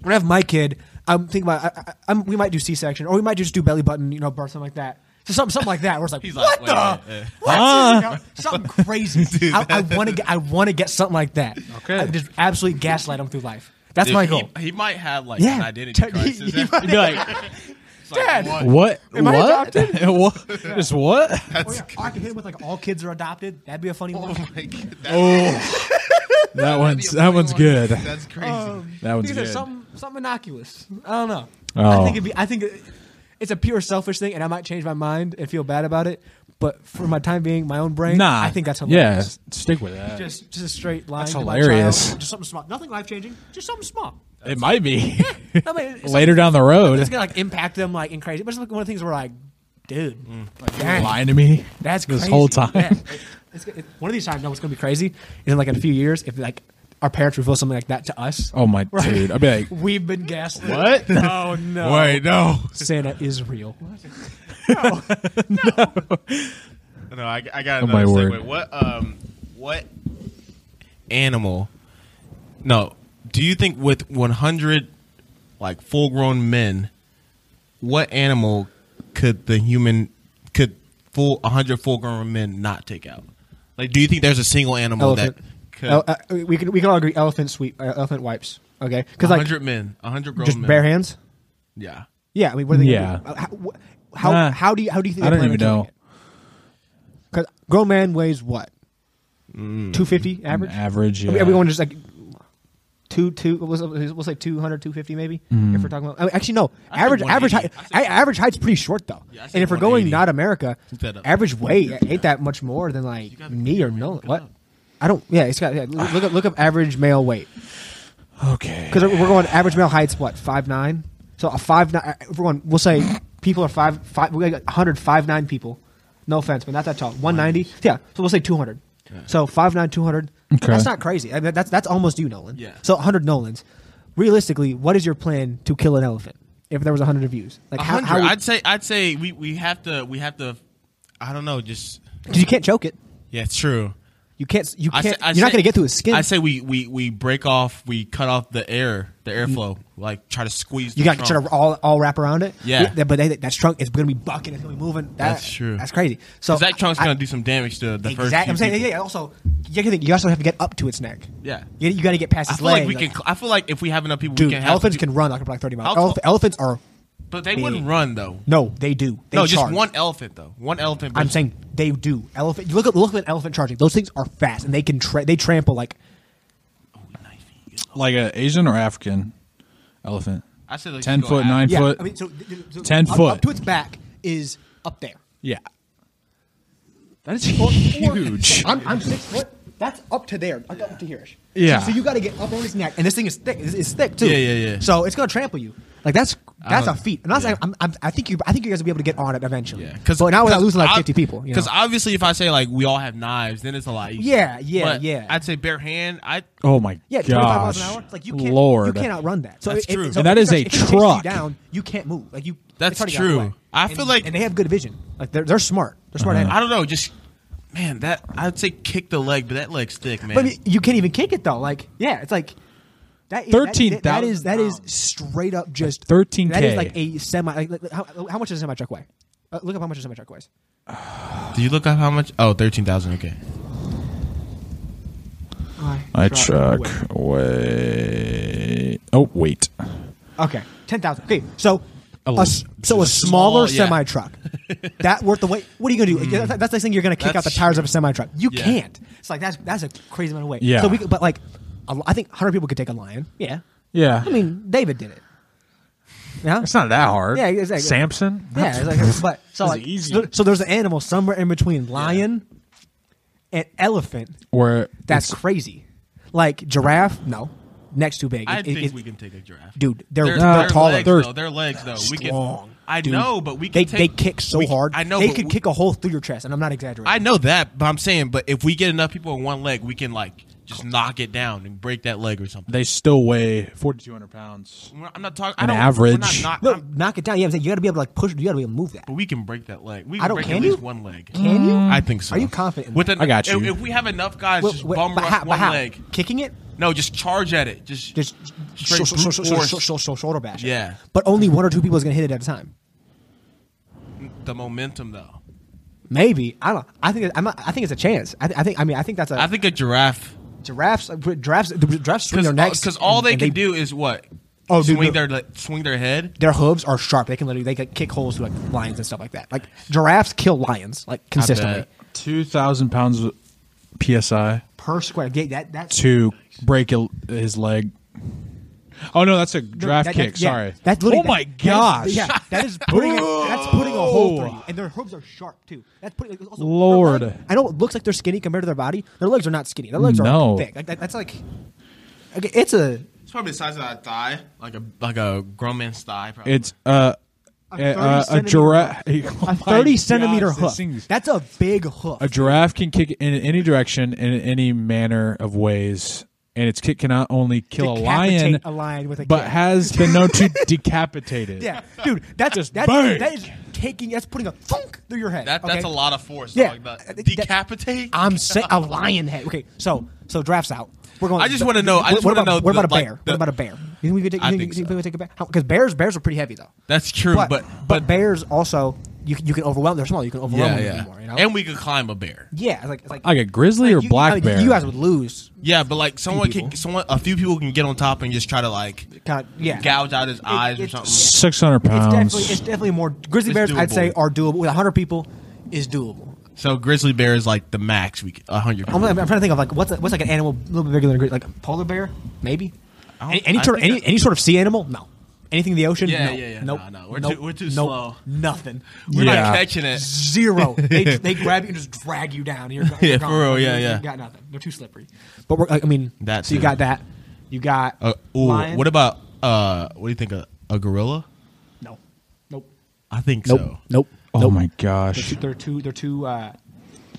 Speaker 1: when I have my kid, I'm thinking about I, I, I'm, we might do C-section or we might just do belly button, you know, birth something like that. So something, something like that. Where it's like,
Speaker 5: He's
Speaker 1: what
Speaker 5: like,
Speaker 1: the?
Speaker 5: wait a minute, eh.
Speaker 1: What? You know, something crazy. I, I want to get. I want to get something like that.
Speaker 2: Okay.
Speaker 1: I just absolutely gaslight him through life. That's
Speaker 5: Dude,
Speaker 1: my
Speaker 5: he-
Speaker 1: goal.
Speaker 5: He, might have like
Speaker 1: Yeah.
Speaker 5: an identity
Speaker 1: He-
Speaker 5: crisis.
Speaker 1: he
Speaker 5: after
Speaker 2: You'd be like,
Speaker 5: this. Like,
Speaker 1: Dad.
Speaker 5: what?
Speaker 2: what?
Speaker 1: Am I
Speaker 2: what? what? Just what?
Speaker 1: Oh, yeah. I could hit him with like all kids are adopted. That'd be a
Speaker 5: Oh
Speaker 1: funny one.
Speaker 5: Like, that's
Speaker 2: Oh, that one's that one's good.
Speaker 5: That's crazy.
Speaker 2: That one's
Speaker 1: Because there's
Speaker 2: good.
Speaker 1: something, something innocuous. I don't know. I
Speaker 2: Oh.
Speaker 1: think it'd be. I think it- it's a pure selfish thing, and I might change my mind and feel bad about it. But for my time being, my own brain.
Speaker 2: Nah,
Speaker 1: I think that's hilarious.
Speaker 2: Yeah, stick with that.
Speaker 1: Just, just a straight line.
Speaker 2: That's
Speaker 1: to my
Speaker 2: hilarious.
Speaker 1: child. Just something small. Nothing life changing. Just something small.
Speaker 2: it might be
Speaker 1: I mean, it's-
Speaker 2: later down the
Speaker 1: It's
Speaker 2: road.
Speaker 1: gonna like impact them like in crazy. But it's like one of the things where like, dude, like, dang.
Speaker 2: Lying to me.
Speaker 1: That's
Speaker 2: this
Speaker 1: crazy.
Speaker 2: whole time.
Speaker 1: Yeah. It's, it, one of these times, no, it's gonna be crazy. And then, like in a few years, if like our parents reveal something like that to us,
Speaker 2: Oh my
Speaker 1: Right.
Speaker 2: dude! I'd be like,
Speaker 1: we've been gaslit.
Speaker 2: what?
Speaker 1: Oh no!
Speaker 2: no.
Speaker 1: Santa is real.
Speaker 5: No, I, I got
Speaker 2: Oh, my
Speaker 5: another segue.
Speaker 2: word.
Speaker 5: What um what animal? No, do you think with 100 like full grown men, what animal could the human could full 100 full grown men not take out? Like, do you think there's a single animal
Speaker 1: Elephant.
Speaker 5: that could
Speaker 1: El- uh, we can we can all agree elephant sweep uh, elephant wipes. Okay, because like
Speaker 5: 100 men, 100 grown
Speaker 1: just
Speaker 5: men?
Speaker 1: bare hands.
Speaker 5: Yeah,
Speaker 1: Yeah, I mean, what are they?
Speaker 2: Yeah.
Speaker 1: Gonna do? Uh, How, wh- how,
Speaker 2: Nah.
Speaker 1: how do you how do you think?
Speaker 2: I don't even know.
Speaker 1: Because grown man weighs what?
Speaker 2: Mm.
Speaker 1: Two fifty average.
Speaker 2: Average.
Speaker 1: I mean,
Speaker 2: yeah.
Speaker 1: are we going just like two two? We'll, we'll say 200, 250 maybe. If we're talking about, I mean, actually no.
Speaker 5: I say
Speaker 1: average average
Speaker 5: 180.
Speaker 1: height.
Speaker 5: I
Speaker 1: I
Speaker 5: say-
Speaker 1: average height's pretty short though.
Speaker 5: Yeah, I say
Speaker 1: and if we're going
Speaker 5: 180.
Speaker 1: not America,
Speaker 5: Look that up.
Speaker 1: average weight ain't that much more than like
Speaker 5: gotta-
Speaker 1: me or no.
Speaker 5: it
Speaker 1: What?
Speaker 5: up.
Speaker 1: I don't. Yeah, it's got. Yeah, look, look up look up average male weight
Speaker 2: Okay.
Speaker 1: because we're going average male height's what five nine. So a five nine. If we're going, we'll say people are five five. We got hundred five nine people. No offense, but not that tall. One ninety. Yeah. So we'll say two hundred. So five nine two hundred.
Speaker 2: Okay.
Speaker 1: That's not crazy. I mean, that's that's almost you, Nolan.
Speaker 5: Yeah.
Speaker 1: So hundred Nolans. Realistically, what is your plan to kill an elephant if there was hundred of yous? Like how?
Speaker 5: 100.
Speaker 1: how would-
Speaker 5: I'd say I'd say we we have to we have to I don't know, just
Speaker 1: 'cause you can't choke it.
Speaker 5: yeah, it's true.
Speaker 1: You can't. You
Speaker 5: I
Speaker 1: can't.
Speaker 5: say- I
Speaker 1: you're not
Speaker 5: say-
Speaker 1: going to get through his skin.
Speaker 5: I say we, we we break off, we cut off the air, the airflow, like try to squeeze.
Speaker 1: you
Speaker 5: the
Speaker 1: got to try
Speaker 5: trunk.
Speaker 1: to all all wrap around it.
Speaker 5: Yeah.
Speaker 1: but they, that trunk is going to be bucking. It's going to be moving. That-
Speaker 5: That's true.
Speaker 1: That's crazy. So
Speaker 5: 'Cause that trunk's
Speaker 1: I-
Speaker 5: gonna do some damage to the first.
Speaker 1: Exactly.
Speaker 5: few
Speaker 1: I'm saying,
Speaker 5: people.
Speaker 1: yeah, yeah. Also, you, gotta think, you also have to get up to its neck.
Speaker 5: Yeah.
Speaker 1: You, you got to get past
Speaker 5: I
Speaker 1: its
Speaker 5: feel like
Speaker 1: legs.
Speaker 5: we can. cl- I feel like if we have enough people,
Speaker 1: dude,
Speaker 5: we can. have
Speaker 1: elephants
Speaker 5: to do-
Speaker 1: can run like about 30 miles.
Speaker 5: How
Speaker 1: Elef-
Speaker 5: tall-
Speaker 1: elephants are
Speaker 5: but they wouldn't
Speaker 1: big.
Speaker 5: run though.
Speaker 1: no, they do. They
Speaker 5: no,
Speaker 1: charge.
Speaker 5: just one elephant though. One elephant.
Speaker 1: I'm
Speaker 5: versus-
Speaker 1: saying they do. Elephant. You look at look at an elephant charging. Those things are fast, and they can tra- they trample like
Speaker 2: Like an Asian or African elephant.
Speaker 5: I said like,
Speaker 2: Ten
Speaker 5: go
Speaker 2: foot,
Speaker 5: out.
Speaker 2: nine
Speaker 1: yeah.
Speaker 2: foot.
Speaker 1: I mean, so, th- th- so
Speaker 2: 10
Speaker 1: up,
Speaker 2: foot.
Speaker 1: up to its back is up there.
Speaker 2: yeah. That is huge.
Speaker 1: I'm, I'm six foot. That's up to there, like up to here.
Speaker 2: Yeah.
Speaker 1: So, so you got to get up on his neck, and this thing is thick. It's, it's thick too.
Speaker 5: Yeah, yeah, yeah.
Speaker 1: So it's gonna trample you. Like that's that's a
Speaker 5: don't-
Speaker 1: feat. I'm not
Speaker 5: yeah.
Speaker 1: saying I'm, I'm, I think you I think you guys will be able to get on it eventually.
Speaker 5: Yeah,
Speaker 1: Because but now without losing like 50 people. you
Speaker 5: Because
Speaker 1: know?
Speaker 5: obviously, if I say like we all have knives, then it's a lot easier.
Speaker 1: Yeah, yeah,
Speaker 5: But
Speaker 1: yeah.
Speaker 5: I'd say bare hand. I
Speaker 2: oh my
Speaker 1: yeah, 25 miles
Speaker 2: gosh.
Speaker 1: an hour. It's Like you can't
Speaker 2: Lord.
Speaker 1: you can't outrun that. So
Speaker 5: That's
Speaker 1: it- it-
Speaker 5: true.
Speaker 1: so
Speaker 2: And that
Speaker 1: if
Speaker 2: is
Speaker 1: it
Speaker 2: a
Speaker 1: starts- if it chases
Speaker 2: truck.
Speaker 1: You down, you can't move. Like you.
Speaker 5: That's
Speaker 1: it's hard to get out of the
Speaker 5: true.
Speaker 1: way.
Speaker 5: I
Speaker 1: And-
Speaker 5: feel like-
Speaker 1: and they have good vision. Like they're they're smart. They're smart.
Speaker 5: I
Speaker 2: Uh-huh.
Speaker 1: animals.
Speaker 5: don't know. Just man, that I'd say kick the leg, but that leg's thick, man.
Speaker 1: But I mean, you can't even kick it though. Like, yeah, it's like that. Is, that- that- that
Speaker 2: 13,000
Speaker 1: is that is
Speaker 5: pounds.
Speaker 1: straight up just
Speaker 2: 13K.
Speaker 1: That is like a semi. Like, like, how, how much does a semi truck weigh? Uh, look up how much a semi truck weighs.
Speaker 5: Do you look up how much? Oh, 13,000. Okay.
Speaker 2: I truck. Wait. Oh wait.
Speaker 1: Okay, ten thousand. Okay, so. A,
Speaker 2: little-
Speaker 1: s- so a
Speaker 5: a
Speaker 1: smaller
Speaker 5: small- yeah. Mm.
Speaker 1: semi truck that worth the weight. What are you gonna do? That's, that's the thing you're gonna kick out the
Speaker 5: That's
Speaker 1: tires of a semi truck. You
Speaker 5: Yeah.
Speaker 1: can't. It's like that's that's a crazy amount of weight.
Speaker 2: Yeah.
Speaker 1: So we, could- but like a, I think 100 people could take a lion. Yeah.
Speaker 2: Yeah.
Speaker 1: I mean, David did it. Yeah.
Speaker 2: it's not that hard.
Speaker 1: Yeah, exactly.
Speaker 2: Samson.
Speaker 1: Yeah, it's like, but so
Speaker 2: This is
Speaker 1: like,
Speaker 2: easy.
Speaker 1: so- so there's an animal somewhere in between lion and elephant.
Speaker 2: Where
Speaker 1: That's
Speaker 2: it's-
Speaker 1: crazy. Like giraffe, no, next too big.
Speaker 5: I
Speaker 1: It- it-
Speaker 5: think
Speaker 1: it-
Speaker 5: we can take a giraffe,
Speaker 1: dude, they're,
Speaker 5: Their-
Speaker 1: they're,
Speaker 5: their
Speaker 1: taller.
Speaker 5: Legs,
Speaker 2: They're
Speaker 5: though, their legs though. We
Speaker 1: strong,
Speaker 5: can. I
Speaker 1: dude.
Speaker 5: know, but we can.
Speaker 1: they
Speaker 5: take,
Speaker 1: they kick so
Speaker 5: we-
Speaker 1: hard.
Speaker 5: I know
Speaker 1: they
Speaker 5: but
Speaker 1: could
Speaker 5: we-
Speaker 1: kick a hole through your chest, and I'm not exaggerating.
Speaker 5: I know that, but I'm saying, but if we get enough people on one leg, we can like just knock it down and break that leg or something.
Speaker 2: they still weigh 4,200 pounds.
Speaker 5: We're- I'm not talking. I
Speaker 2: An
Speaker 5: don't,
Speaker 2: average.
Speaker 5: We're not, knock-
Speaker 1: Look,
Speaker 5: I'm-
Speaker 1: knock it down. Yeah, I'm saying you got to be able to like push. You got to be able to move that.
Speaker 5: but we can break that leg. We
Speaker 1: I
Speaker 5: can
Speaker 1: don't-
Speaker 5: break
Speaker 1: can
Speaker 5: at least
Speaker 1: you?
Speaker 5: one leg.
Speaker 1: Can you?
Speaker 5: I think so.
Speaker 1: Are you confident in
Speaker 5: With
Speaker 1: that?
Speaker 5: an,
Speaker 2: I got
Speaker 5: if-
Speaker 2: you.
Speaker 5: If, we have enough guys,
Speaker 1: Well,
Speaker 5: just
Speaker 1: wait,
Speaker 5: bum
Speaker 1: but
Speaker 5: rush
Speaker 1: how- but
Speaker 5: one
Speaker 1: how?
Speaker 5: leg.
Speaker 1: kicking it.
Speaker 5: No, just charge at it. Just
Speaker 1: Just
Speaker 5: straight
Speaker 1: sh- sh-
Speaker 5: brute
Speaker 1: sh- sh-
Speaker 5: force.
Speaker 1: sh- sh- sh- shoulder bash. it.
Speaker 5: Yeah.
Speaker 1: but only one or two people is gonna hit it at a time.
Speaker 5: the momentum
Speaker 1: Uh,
Speaker 5: though.
Speaker 1: Maybe I don't. I think I'm. Not, I think it's a chance. I, I think. I mean, I think that's a
Speaker 5: I think a giraffe
Speaker 1: giraffes. Giraffes. The giraffes swing
Speaker 5: because
Speaker 1: their necks
Speaker 5: because all
Speaker 1: and-
Speaker 5: they
Speaker 1: and
Speaker 5: can do is what
Speaker 1: Oh, dude,
Speaker 5: swing
Speaker 1: no.
Speaker 5: their like, swing their head.
Speaker 1: Their hooves are sharp. They can literally they can kick holes through like lions and stuff like that. Like giraffes kill lions like consistently
Speaker 5: bet.
Speaker 2: 2,000 pounds of PSI
Speaker 1: per square. Yeah, that that's
Speaker 2: to break a, his leg. Oh, no, that's a draft
Speaker 1: that- that-
Speaker 2: kick.
Speaker 1: yeah.
Speaker 2: Sorry.
Speaker 1: That's literally
Speaker 2: oh, my
Speaker 1: that- that
Speaker 2: gosh.
Speaker 1: is- yeah, that is putting a, that's putting a hole through you, and their hooves are sharp too. That's putting like, also, their
Speaker 2: Lord.
Speaker 1: leg- I know it looks like they're skinny compared to their body. Their legs are not skinny. Their legs are
Speaker 2: No.
Speaker 1: thick. Like, that, that's like okay, it's a
Speaker 5: It's probably the size of that thigh, like a like a grown man's thigh. Probably.
Speaker 2: It's uh,
Speaker 1: A
Speaker 2: a,
Speaker 1: 30
Speaker 2: uh, a
Speaker 1: centimeter
Speaker 2: giraffe. Oh
Speaker 1: a thirty centimeter hoof. That's a big hoof.
Speaker 2: A giraffe can kick in any direction in any manner of ways, and its kick cannot only kill a lion,
Speaker 1: Decapitate a lion with a
Speaker 2: but
Speaker 1: kick.
Speaker 2: has been known to decapitate it.
Speaker 1: yeah, dude, that's
Speaker 2: Just
Speaker 1: that,
Speaker 2: bang.
Speaker 1: that is taking that's putting a thunk through your head.
Speaker 5: that,
Speaker 1: okay?
Speaker 5: That's a lot of force.
Speaker 1: Yeah,
Speaker 5: Yeah, dog.
Speaker 1: I
Speaker 5: That-
Speaker 1: think that-
Speaker 5: decapitate.
Speaker 1: I'm saying a lion head. Okay, so so drafts out. We're going.
Speaker 5: I just wanna know- I just
Speaker 1: what
Speaker 5: wanna
Speaker 1: about,
Speaker 5: know
Speaker 1: What about
Speaker 5: the-
Speaker 1: a
Speaker 5: like,
Speaker 1: bear? what
Speaker 5: the-
Speaker 1: about a bear? You think we could take? You
Speaker 5: I
Speaker 1: think,
Speaker 5: think
Speaker 1: you think
Speaker 5: so.
Speaker 1: we could take a bear? Because bears, bears are pretty heavy though.
Speaker 5: That's true, but but,
Speaker 1: but bears also you can, you can overwhelm. They're small. You can overwhelm
Speaker 5: yeah,
Speaker 1: them
Speaker 5: yeah.
Speaker 1: anymore. You know.
Speaker 5: And we could climb a bear.
Speaker 1: yeah, it's like it's like,
Speaker 2: like a grizzly
Speaker 1: like
Speaker 2: or
Speaker 1: you-
Speaker 2: black
Speaker 1: I mean,
Speaker 2: bear.
Speaker 1: You guys would lose.
Speaker 5: Yeah, but like someone
Speaker 1: people.
Speaker 5: can someone a few people can get on top and just try to like
Speaker 1: Kind of, yeah.
Speaker 5: gouge out his eyes or
Speaker 1: it's-
Speaker 5: something.
Speaker 2: six hundred
Speaker 1: It's
Speaker 2: pounds.
Speaker 1: definitely it's definitely more grizzly bears.
Speaker 5: It's
Speaker 1: I'd say
Speaker 5: doable.
Speaker 1: are doable with 100 people is doable.
Speaker 5: So grizzly bear is like the max we a hundred.
Speaker 1: I'm, I'm trying to think of like what's a, what's like an animal a little bit bigger than a grizzly, like a polar bear, maybe.
Speaker 5: don't-
Speaker 1: Any, any
Speaker 5: I
Speaker 1: sort of,
Speaker 5: think
Speaker 1: any,
Speaker 5: I-
Speaker 1: any sort of sea animal? No. Anything in the ocean?
Speaker 5: Yeah,
Speaker 1: no.
Speaker 5: yeah, yeah.
Speaker 1: Nope.
Speaker 5: No, no. We're
Speaker 1: nope.
Speaker 5: too- we're too
Speaker 1: nope.
Speaker 5: slow.
Speaker 1: Nothing.
Speaker 5: We're
Speaker 2: Yeah.
Speaker 5: not catching it.
Speaker 1: Zero. they, they grab you and just drag you down. You're, go- you're
Speaker 5: Yeah,
Speaker 1: gone.
Speaker 5: for real, yeah,
Speaker 1: You
Speaker 5: yeah.
Speaker 1: got nothing. They're too slippery. But we're, like, I mean,
Speaker 5: That
Speaker 1: so you
Speaker 5: too.
Speaker 1: got that. You got
Speaker 5: Uh, ooh,
Speaker 1: lion.
Speaker 5: what about uh? What do you think a, a gorilla?
Speaker 1: No. Nope.
Speaker 5: I think
Speaker 1: Nope.
Speaker 5: so.
Speaker 1: Nope.
Speaker 2: oh
Speaker 1: nope.
Speaker 2: my
Speaker 1: They're
Speaker 2: gosh!
Speaker 1: two. They're two. They're two. Uh,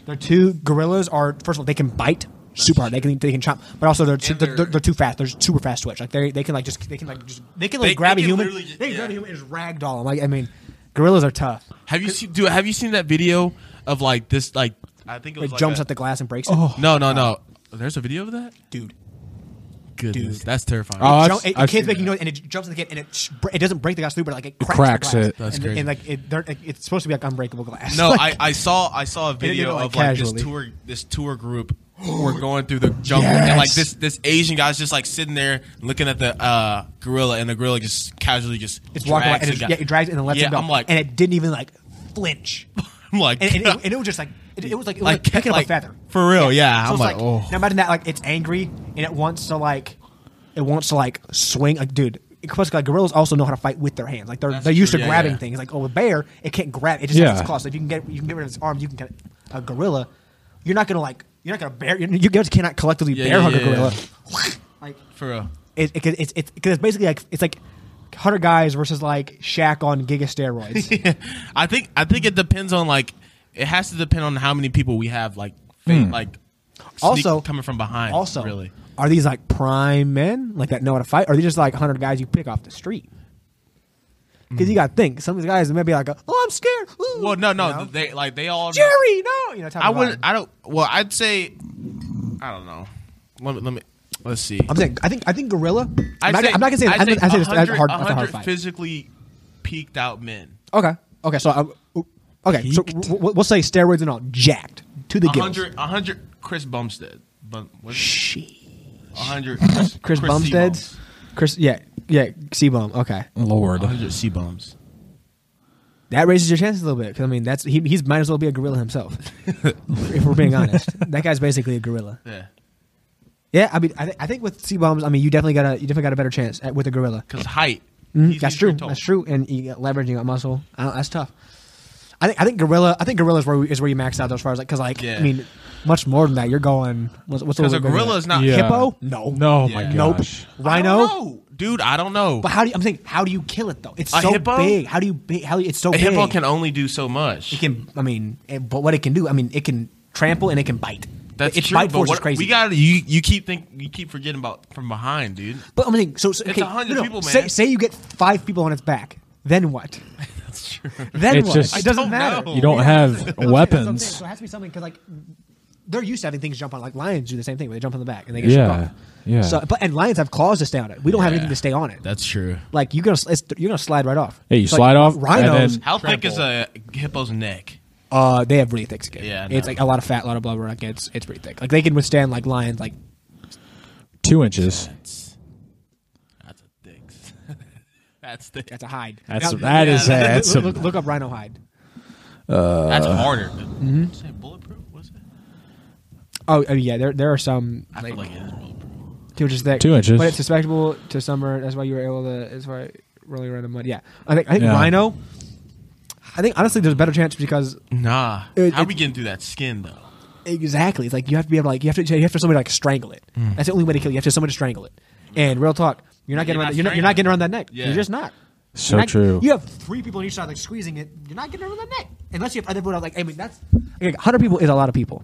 Speaker 1: they're two. Gorillas are first of all they can bite super hard. They can they can chop, but also they're too,
Speaker 5: And
Speaker 1: they're, they're,
Speaker 5: they're-
Speaker 1: too fast. They're super fast twitch. Like they they can like just they can like just they can like
Speaker 5: They-
Speaker 1: grab
Speaker 5: they
Speaker 1: a
Speaker 5: can
Speaker 1: human.
Speaker 5: literally just-
Speaker 1: they can grab a
Speaker 5: yeah.
Speaker 1: human and just ragdoll them. Like I mean, gorillas are tough.
Speaker 5: Have you seen? Do have you seen that video of like this? Like I think it
Speaker 1: It
Speaker 5: was like
Speaker 1: jumps
Speaker 5: a- Oh,
Speaker 1: up the glass and breaks it.
Speaker 2: Oh,
Speaker 5: No, no, no. There's a video of that.
Speaker 1: dude.
Speaker 5: Goodness,
Speaker 1: Dude.
Speaker 5: that's terrifying.
Speaker 2: Oh, I've-
Speaker 1: Jump, it, the
Speaker 2: I've seen
Speaker 1: kid's making
Speaker 2: that.
Speaker 1: noise, and it jumps in the kid, and it sh- br- it doesn't break the glass through, but like it cracks,
Speaker 2: cracks
Speaker 1: the glass.
Speaker 2: it.
Speaker 5: That's
Speaker 1: and,
Speaker 5: crazy.
Speaker 1: And like it, they're- like, it's supposed to be like unbreakable glass.
Speaker 5: no,
Speaker 1: Like,
Speaker 5: I, I saw I saw a
Speaker 1: did it,
Speaker 5: video
Speaker 1: like,
Speaker 5: of like this
Speaker 1: casually.
Speaker 5: tour this tour group were going through the jungle and like this this Asian guy's just like sitting there looking at the uh, gorilla and the gorilla just casually just
Speaker 1: it's walking away, and
Speaker 5: drags the
Speaker 1: it,
Speaker 5: guy.
Speaker 1: yeah, it drags it and then lets
Speaker 5: yeah,
Speaker 1: it go.
Speaker 5: I'm like
Speaker 1: and it didn't even like flinch.
Speaker 5: I'm like
Speaker 1: and, and, it, and it was just like it, it was like it was like, picking
Speaker 5: like,
Speaker 1: up a feather.
Speaker 5: for real. Yeah,
Speaker 1: So
Speaker 5: I'm
Speaker 1: it's
Speaker 5: like,
Speaker 1: like,
Speaker 5: oh
Speaker 1: now imagine that like it's angry and it wants to like it wants to like swing like dude. it- Plus, like gorillas also know how to fight with their hands. Like they're they're used
Speaker 5: true,
Speaker 1: to
Speaker 5: yeah,
Speaker 1: grabbing
Speaker 5: yeah.
Speaker 1: things. Like oh, a bear, it can't grab. It just has
Speaker 2: Yeah.
Speaker 1: its claws. So if you can get you can get rid of its arms, you can get a gorilla. You're not gonna like you're not gonna bear. You, you guys cannot collectively
Speaker 5: Yeah,
Speaker 1: bear
Speaker 5: yeah,
Speaker 1: hug a
Speaker 5: yeah,
Speaker 1: gorilla. like
Speaker 5: for real.
Speaker 1: it, it, it's it's because it's basically like it's like hundred guys versus like Shaq on giga steroids.
Speaker 5: I think I think it depends on like it has to depend on how many people we have like fa- like sneak-
Speaker 1: Hmm. Also-
Speaker 5: coming from behind.
Speaker 1: Also,
Speaker 5: really.
Speaker 1: are these like prime men like that know how to fight? Or are they just like hundred guys you pick off the street? Because you got to think some of these guys may be like, "Oh, I'm scared." Ooh,"
Speaker 5: Mm. Well, no,
Speaker 1: you
Speaker 5: no,
Speaker 1: know?
Speaker 5: they like they all
Speaker 1: Jerry, no, you know. Type
Speaker 5: I
Speaker 1: of
Speaker 5: wouldn't.
Speaker 1: vibe.
Speaker 5: I don't. Well, I'd say. I don't know. Let me. Let me. Let's see.
Speaker 1: I'm saying, I think, I think gorilla. I'm
Speaker 5: I'd
Speaker 1: not,
Speaker 5: say-
Speaker 1: I'm not gonna say.
Speaker 5: I'd
Speaker 1: I'm not- I say this that's
Speaker 5: 100
Speaker 1: hard. That's a hard
Speaker 5: 100
Speaker 1: fight.
Speaker 5: physically peaked out men.
Speaker 1: okay, okay, so I'm, okay, so
Speaker 2: Peaked.
Speaker 1: w- w- we'll say steroids and all, jacked to the gills.
Speaker 5: 100. 100. Chris Bumstead. But
Speaker 1: She,
Speaker 5: 100.
Speaker 1: Chris, Bumstead's, Chris, yeah, yeah, C Bum. Okay,
Speaker 2: Lord,
Speaker 1: Uh,
Speaker 5: 100 C bums.
Speaker 1: that raises your chances a little bit because I mean that's he he's might as well be a gorilla himself. if we're being honest, that guy's basically a gorilla.
Speaker 5: Yeah.
Speaker 1: Yeah, I mean, I, th- I think with sea bombs, I mean, you definitely got a you definitely got a better chance at, with a gorilla.
Speaker 5: Because height. He's
Speaker 1: Mm-hmm. That's
Speaker 5: six
Speaker 1: true.
Speaker 5: feet tall.
Speaker 1: That's true. And you got leveraging on muscle. I don't, that's tough. I think I think gorilla. I think gorilla is where we, is where you max out as far as like because like I
Speaker 5: Yeah.
Speaker 1: mean, much more than that. You're going what's what's the
Speaker 5: Because a
Speaker 1: word bigger
Speaker 5: gorilla
Speaker 1: than
Speaker 5: is not
Speaker 2: Yeah.
Speaker 1: hippo? No,
Speaker 2: No, oh my
Speaker 1: nope.
Speaker 2: gosh.
Speaker 5: I
Speaker 1: Rhino.
Speaker 5: don't know. dude. I don't know.
Speaker 1: But how do you, I'm saying? How do you kill it though? It's
Speaker 5: A
Speaker 1: so
Speaker 5: hippo?
Speaker 1: big. How do you? Big, how it's so
Speaker 5: A
Speaker 1: big.
Speaker 5: hippo can only do so much.
Speaker 1: It can. I mean, it, but what it can do? I mean, it can trample and it can bite.
Speaker 5: That's
Speaker 1: its
Speaker 5: true.
Speaker 1: bite
Speaker 5: but
Speaker 1: force
Speaker 5: what-
Speaker 1: is crazy.
Speaker 5: We got to you. You keep think you keep forgetting about from behind, dude.
Speaker 1: But I'm thinking, so, so
Speaker 5: It's
Speaker 1: okay,
Speaker 5: 100
Speaker 1: no, no,
Speaker 5: people,
Speaker 1: Say,
Speaker 5: man.
Speaker 1: say you get five people on its back, then what?
Speaker 5: That's true.
Speaker 1: Then
Speaker 2: It's
Speaker 1: what?
Speaker 2: just-
Speaker 1: it
Speaker 2: I
Speaker 1: doesn't
Speaker 5: don't
Speaker 1: matter.
Speaker 5: know.
Speaker 2: You don't have
Speaker 1: That's what I'm saying, that's what I'm saying.
Speaker 2: weapons.
Speaker 1: So it has to be something because like they're used to having things jump on. Like lions do the same thing. Where they jump on the back and they get
Speaker 2: Yeah,
Speaker 1: shook off.
Speaker 2: yeah.
Speaker 1: So, but and lions have claws to stay on it. We don't have
Speaker 4: Yeah.
Speaker 1: anything to stay on it.
Speaker 4: That's true.
Speaker 1: Like you're gonna, it's, you're gonna slide right off.
Speaker 2: Hey, you
Speaker 1: It's
Speaker 2: slide off, and
Speaker 1: Rhinos.
Speaker 2: then-
Speaker 5: How thick is a hippo's neck?
Speaker 1: Uh, they have really thick skin.
Speaker 5: Yeah, I
Speaker 1: it's
Speaker 5: know.
Speaker 1: like a lot of fat, a lot of blubber. Like it's it's pretty thick. Like they can withstand like lions. Like
Speaker 2: two inches.
Speaker 5: That's a thick. that's thick.
Speaker 1: that's a hide.
Speaker 2: That's
Speaker 1: Now-
Speaker 2: that is
Speaker 5: yeah,
Speaker 2: that's some-
Speaker 1: look, look, look up rhino hide.
Speaker 5: That's
Speaker 1: Uh.
Speaker 5: harder.
Speaker 1: Mm-hmm.
Speaker 5: Than, Is that bulletproof? Was it?
Speaker 1: Oh, oh, yeah, there there are some
Speaker 5: I
Speaker 1: like,
Speaker 5: feel like it is bulletproof.
Speaker 1: two inches thick,
Speaker 2: Two inches.
Speaker 1: but it's susceptible to summer. That's why you were able to. That's why rolling around in mud. Yeah, I think I think
Speaker 2: Yeah.
Speaker 1: rhino. I think honestly, there's a better chance because
Speaker 5: Nah.
Speaker 1: It-
Speaker 5: How
Speaker 1: it-
Speaker 5: we getting through that skin though?
Speaker 1: exactly, it's like you have to be able to like you have to you have to have somebody like strangle it.
Speaker 2: Hmm.
Speaker 1: That's the only way to kill. it. You have to have somebody to strangle it. And real talk, you're not
Speaker 5: You're
Speaker 1: getting around.
Speaker 5: not
Speaker 1: you're, not, you're not getting around that neck.
Speaker 5: Yeah.
Speaker 1: You're just not.
Speaker 2: So
Speaker 1: You're not-
Speaker 2: true.
Speaker 1: You have three people on each side like squeezing it. You're not getting around that neck unless you have other people. Like I mean, that's like, hundred people is a lot of people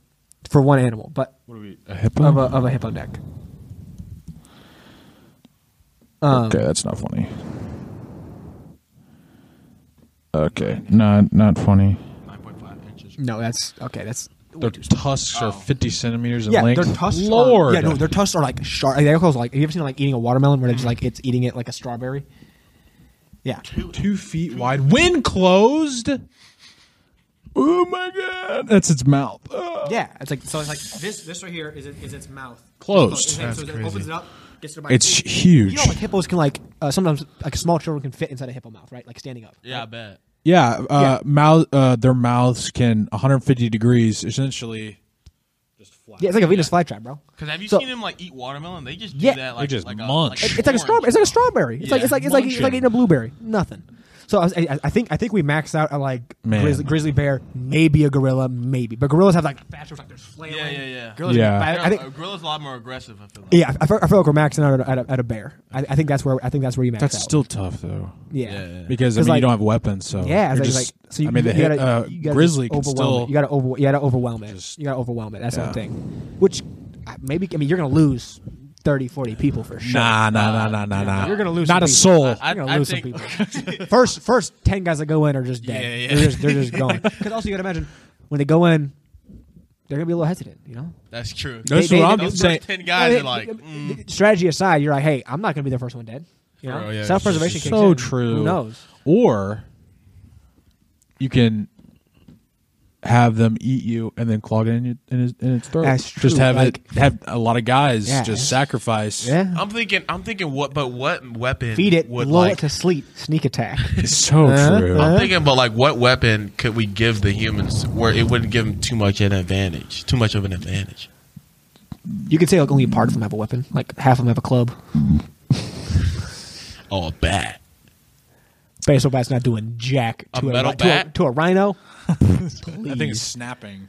Speaker 1: for one animal, but
Speaker 2: A hippo?
Speaker 1: of a of a hippo neck.
Speaker 2: okay, that's not funny. Okay, not not funny.
Speaker 5: Nine point five inches.
Speaker 1: No, that's okay. That's
Speaker 2: Their tusks
Speaker 1: oh.
Speaker 2: are fifty centimeters in
Speaker 1: yeah.
Speaker 2: length.
Speaker 1: Their tusks.
Speaker 2: Lord,
Speaker 1: Are, yeah, no, their tusks are like sharp. They also like. Have you ever seen like eating a watermelon where they just like it's eating it like a strawberry? Yeah.
Speaker 2: two feet wide, wind closed. Oh my god, that's its mouth. Ah.
Speaker 1: Yeah, it's like so. It's like this. This right here is it, is its mouth
Speaker 2: Closed.
Speaker 1: It's
Speaker 5: That's crazy.
Speaker 1: up. Gets to my
Speaker 2: It's
Speaker 1: feet.
Speaker 2: huge.
Speaker 1: You know, like hippos can like uh, sometimes like small children can fit inside a hippo mouth, right? Like standing up.
Speaker 5: Yeah, I
Speaker 1: Right?
Speaker 5: bet.
Speaker 2: Yeah, uh, mouth. Uh, their mouths can 150 degrees essentially.
Speaker 1: Yeah, it's like a Venus flytrap, bro.
Speaker 5: Because have you
Speaker 1: So-
Speaker 5: seen them like eat watermelon? They just do
Speaker 1: Yeah.
Speaker 5: that
Speaker 1: They
Speaker 5: like
Speaker 2: just
Speaker 5: like
Speaker 2: munch.
Speaker 5: A, like
Speaker 1: It's like a strawberry. It's like a strawberry. It's like
Speaker 5: Yeah.
Speaker 1: it's like it's like, it's like
Speaker 2: Munching.
Speaker 1: eating a blueberry. Nothing. So I, was, I, I think I think we maxed out at like
Speaker 2: Man.
Speaker 1: grizzly, grizzly bear, maybe a gorilla, maybe. But gorillas have like fat shirts, like they're flailing.
Speaker 5: Yeah, yeah, yeah.
Speaker 1: Gorillas
Speaker 2: Yeah.
Speaker 1: get fat. I
Speaker 5: a
Speaker 1: think.
Speaker 5: gorilla's a lot more aggressive. I feel like.
Speaker 1: Yeah, I, feel- I feel like we're maxing out at a, at a bear. I, I think that's where I think that's where you max
Speaker 2: That's
Speaker 1: out.
Speaker 2: still tough though,
Speaker 1: yeah.
Speaker 5: Yeah, yeah.
Speaker 2: because I
Speaker 1: 'Cause,
Speaker 2: mean
Speaker 1: like-
Speaker 2: you don't have weapons. So
Speaker 1: Yeah,
Speaker 2: Oh,
Speaker 1: it's
Speaker 2: you're
Speaker 1: like,
Speaker 2: just-
Speaker 1: like- so you,
Speaker 2: I mean the
Speaker 1: you
Speaker 2: hit,
Speaker 1: gotta,
Speaker 2: uh,
Speaker 1: you gotta
Speaker 2: grizzly
Speaker 1: just
Speaker 2: can
Speaker 1: overwhelm
Speaker 2: still.
Speaker 1: it. you gotta over you gotta overwhelm it.
Speaker 2: Just-
Speaker 1: you gotta overwhelm it. That's the
Speaker 2: Yeah.
Speaker 1: one thing. Which I- maybe I mean you're gonna lose 30, 40 people for sure.
Speaker 2: nah, nah, nah, nah, nah, nah.
Speaker 1: uh, You're gonna lose
Speaker 2: Not
Speaker 1: some
Speaker 2: a
Speaker 1: people.
Speaker 2: soul.
Speaker 5: I,
Speaker 1: You're
Speaker 5: I,
Speaker 1: gonna lose some
Speaker 5: think
Speaker 1: people. first, first ten guys that go in are just dead.
Speaker 5: Yeah, yeah.
Speaker 1: They're just they're just gone. Because also you gotta imagine when they go in, they're gonna be a little hesitant. You know,
Speaker 5: that's true.
Speaker 2: That's
Speaker 1: They-
Speaker 2: what
Speaker 1: they-
Speaker 2: I'm
Speaker 1: they-
Speaker 5: Those
Speaker 2: saying.
Speaker 5: first ten
Speaker 1: Well,
Speaker 5: guys are like,
Speaker 1: it-
Speaker 5: mm,
Speaker 1: it- strategy aside, you're like, hey, I'm not gonna be the first one dead. You know,
Speaker 5: Oh, yeah,
Speaker 1: self preservation.
Speaker 5: it's
Speaker 2: So true.
Speaker 1: Who knows?
Speaker 2: Or you can have them eat you and then clog it in, your, in, his, in its throat.
Speaker 1: That's
Speaker 2: Just
Speaker 1: true,
Speaker 2: have
Speaker 1: like-
Speaker 2: it have a lot of guys
Speaker 1: Yeah.
Speaker 2: just sacrifice.
Speaker 1: Yeah,
Speaker 5: I'm thinking, I'm thinking, what? But what weapon?
Speaker 1: feed it,
Speaker 5: Would
Speaker 1: lull
Speaker 5: like?
Speaker 1: it to sleep, sneak attack.
Speaker 2: It's so
Speaker 1: Uh,
Speaker 2: true.
Speaker 1: uh.
Speaker 5: I'm thinking, but like, what weapon could we give the humans where it wouldn't give them too much an advantage? Too much of an advantage.
Speaker 1: you could say like only part of them have a weapon, like half of them have a club.
Speaker 5: Oh, a bat.
Speaker 1: Baseball bat's not doing jack
Speaker 5: A
Speaker 1: to a,
Speaker 5: metal
Speaker 1: ri- To, a,
Speaker 5: bat?
Speaker 1: to a rhino.
Speaker 2: I think it's snapping.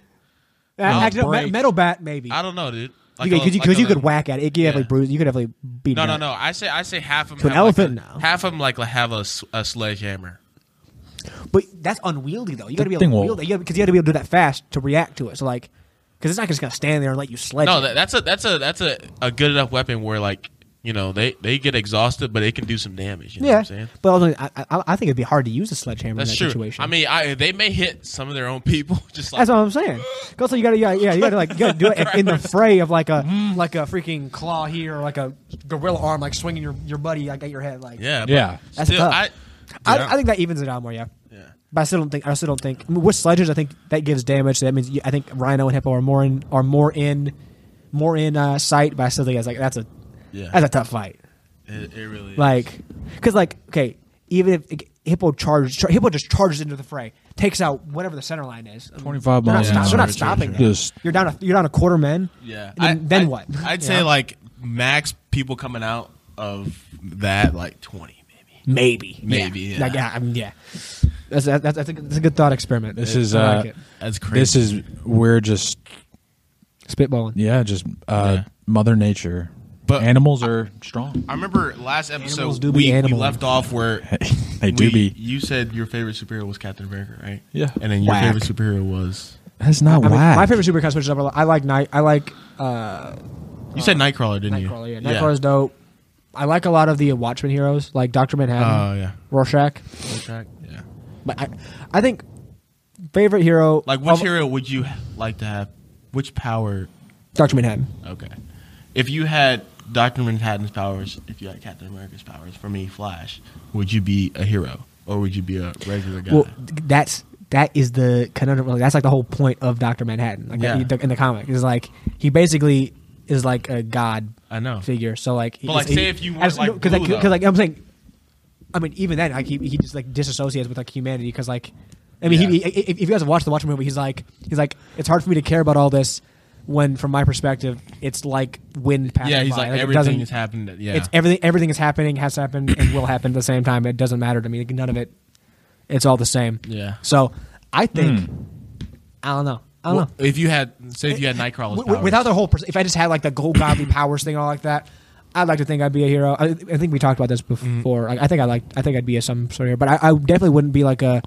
Speaker 1: Uh, actually, no, me-
Speaker 2: break.
Speaker 1: metal bat maybe.
Speaker 5: I don't know, dude.
Speaker 1: you could,
Speaker 5: a-
Speaker 1: cause you,
Speaker 5: like
Speaker 1: cause you
Speaker 5: a-
Speaker 1: could whack at it. It could definitely
Speaker 5: Yeah.
Speaker 1: bruise. You could definitely beat.
Speaker 5: No,
Speaker 1: it
Speaker 5: no,
Speaker 1: up.
Speaker 5: no. I say, I say half of them.
Speaker 1: To an
Speaker 5: have, like,
Speaker 1: elephant
Speaker 5: a-
Speaker 1: now.
Speaker 5: Half of them like have a, s- a sledgehammer.
Speaker 1: But that's unwieldy though. You got to be
Speaker 2: thing
Speaker 1: able to
Speaker 2: will-
Speaker 1: wield it. Because you got to be able to do that fast to react to it. So like, because it's not just gonna stand there and let you sledge.
Speaker 5: No,
Speaker 1: it.
Speaker 5: that, that's a that's a that's a, a good enough weapon where like you know they they get exhausted, but it can do some damage. You know what
Speaker 1: yeah.
Speaker 5: I'm saying?
Speaker 1: But also, I, I, I think it'd be hard to use a sledgehammer
Speaker 5: That's
Speaker 1: in that
Speaker 5: true.
Speaker 1: situation.
Speaker 5: I mean, I, they may hit some of their own people. Just like
Speaker 1: That's what I'm saying. 'Cause Also, you gotta, yeah, yeah, you gotta like, you gotta do it in, in the fray of like a,
Speaker 2: Mm-hmm.
Speaker 1: like a freaking claw here, or like a gorilla arm, like swinging your, your buddy like at your head, like.
Speaker 5: yeah, but
Speaker 2: Yeah.
Speaker 1: That's
Speaker 5: still,
Speaker 1: tough.
Speaker 5: I,
Speaker 1: I,
Speaker 5: Yeah.
Speaker 1: I think that evens it out more, yeah.
Speaker 5: yeah.
Speaker 1: But I still don't think I still don't think I mean, with sledges. I think that gives damage. So that means you, I think Rhino and Hippo are more in are more in more in uh, sight. But I still think that's like that's a
Speaker 5: Yeah.
Speaker 1: that's a tough fight.
Speaker 5: It, it really is.
Speaker 1: Like because like okay, even if like, Hippo charges, char- Hippo just charges into the fray. takes out whatever the center line is. I mean,
Speaker 2: 25
Speaker 1: They're not,
Speaker 2: miles
Speaker 1: stop-
Speaker 2: an
Speaker 1: they're
Speaker 2: hour.
Speaker 1: not stopping.
Speaker 2: Just-
Speaker 1: Just, you're down. A, you're down a quarter men.
Speaker 5: Yeah.
Speaker 1: and Then, then
Speaker 5: I- I-
Speaker 1: what?
Speaker 5: I'd
Speaker 1: You
Speaker 5: say
Speaker 1: know?
Speaker 5: like max people coming out of that like twenty maybe.
Speaker 1: maybe,
Speaker 5: Maybe,
Speaker 1: Yeah.
Speaker 5: yeah.
Speaker 1: Like, yeah, I mean, yeah. That's that's, that's, a, good- that's a good thought experiment.
Speaker 2: This is
Speaker 1: I
Speaker 2: uh,
Speaker 1: like it.
Speaker 5: That's crazy.
Speaker 2: this is we're just
Speaker 1: spitballing.
Speaker 2: yeah, just uh,
Speaker 5: Yeah.
Speaker 2: Mother Nature.
Speaker 5: But-
Speaker 2: animals are strong.
Speaker 5: I remember last
Speaker 1: Animals
Speaker 5: episode
Speaker 1: do be
Speaker 5: we, we
Speaker 1: animal.
Speaker 5: left off where
Speaker 2: They do
Speaker 5: we-
Speaker 2: be.
Speaker 5: You said your favorite superhero was Captain America, right?
Speaker 2: Yeah.
Speaker 5: And then your
Speaker 1: Whack.
Speaker 5: favorite superhero was
Speaker 2: That's not
Speaker 1: I mean,
Speaker 2: whack.
Speaker 1: my favorite superhero switches up. a lot. I like night. I like uh,
Speaker 5: you said Nightcrawler, didn't you?
Speaker 1: Nightcrawler. Yeah, Nightcrawler's dope. I like a lot of the Watchmen heroes, like Doctor Manhattan,
Speaker 5: Oh yeah.
Speaker 1: Rorschach.
Speaker 5: Rorschach, Yeah.
Speaker 1: But I, I think favorite hero
Speaker 5: Like, which
Speaker 1: of-
Speaker 5: hero would you like to have? Which power?
Speaker 1: Doctor Manhattan.
Speaker 5: Okay. If you had Doctor Manhattan's powers, if you had Captain America's powers, for me, Flash, would you be a hero or would you be a regular guy?
Speaker 1: Well, th- that's that is the conundrum. Like, that's like the whole point of Doctor Manhattan. Like
Speaker 5: Yeah.
Speaker 1: in the- in the comic, is like he basically is like a god
Speaker 5: I know.
Speaker 1: figure. So like,
Speaker 5: But, like, say if you weren't, like,
Speaker 1: because
Speaker 5: blue,
Speaker 1: like,
Speaker 5: though.
Speaker 1: I'm saying, I mean, even then, like he, he just like disassociates with like humanity because like, I mean, he,
Speaker 5: Yeah.
Speaker 1: i- i- if you guys have watched the Watcher movie, he's like, he's like, it's hard for me to care about all this when, from my perspective, it's like wind passing
Speaker 5: yeah, he's
Speaker 1: by.
Speaker 5: like,
Speaker 1: it
Speaker 5: everything
Speaker 1: doesn't-
Speaker 5: has happened. that- Yeah.
Speaker 1: it's everything. Everything is happening, has happened, and will happen at the same time. It doesn't matter to me. Like, none of it. It's all the same.
Speaker 5: Yeah. Hmm.
Speaker 1: So I think I don't know. I don't
Speaker 5: Well,
Speaker 1: know.
Speaker 5: if you had, say, if you had Nightcrawler's
Speaker 1: W- w-
Speaker 5: powers.
Speaker 1: without the whole, pers- if I just had like the gold godly powers thing, all like that, I'd like to think I'd be a hero. I, I think we talked about this before. I, I think I like. I think I'd be a some sort of hero, but I, I definitely wouldn't be like a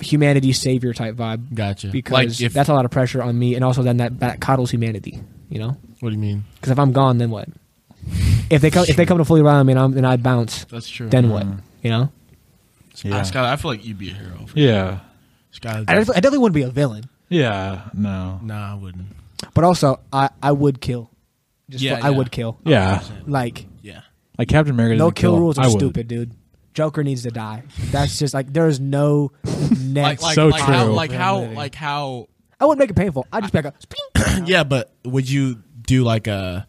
Speaker 1: humanity savior type vibe.
Speaker 5: Gotcha.
Speaker 1: Because
Speaker 5: Like, if-
Speaker 1: that's a lot of pressure on me, and also then that that coddles humanity. You know,
Speaker 5: What do you mean?
Speaker 1: because if I'm gone, then what? If they come, if they come to fully around me and, I'm, and I bounce,
Speaker 5: That's true.
Speaker 1: then what? You know,
Speaker 2: Yeah.
Speaker 5: Uh, Skylar, I feel like you'd be a hero. For
Speaker 2: yeah.
Speaker 5: Skylar,
Speaker 1: I definitely, I definitely wouldn't be a villain,
Speaker 2: Yeah. No.
Speaker 5: nah, I wouldn't.
Speaker 1: but also I, I would kill. Just
Speaker 5: Yeah,
Speaker 1: for- I
Speaker 5: yeah.
Speaker 1: would kill.
Speaker 2: Yeah.
Speaker 1: Like
Speaker 5: Yeah.
Speaker 2: Like Captain America.
Speaker 1: no
Speaker 2: doesn't
Speaker 1: kill, rules are
Speaker 2: I would.
Speaker 1: stupid, dude. Joker needs to die. That's just like there is no
Speaker 5: Like,
Speaker 1: next.
Speaker 5: like,
Speaker 2: So
Speaker 5: like How,
Speaker 2: true.
Speaker 5: like how?
Speaker 1: Really.
Speaker 5: Like how?
Speaker 1: I wouldn't make it painful. I would just be like, a, "Sping."
Speaker 5: yeah, but would you do like a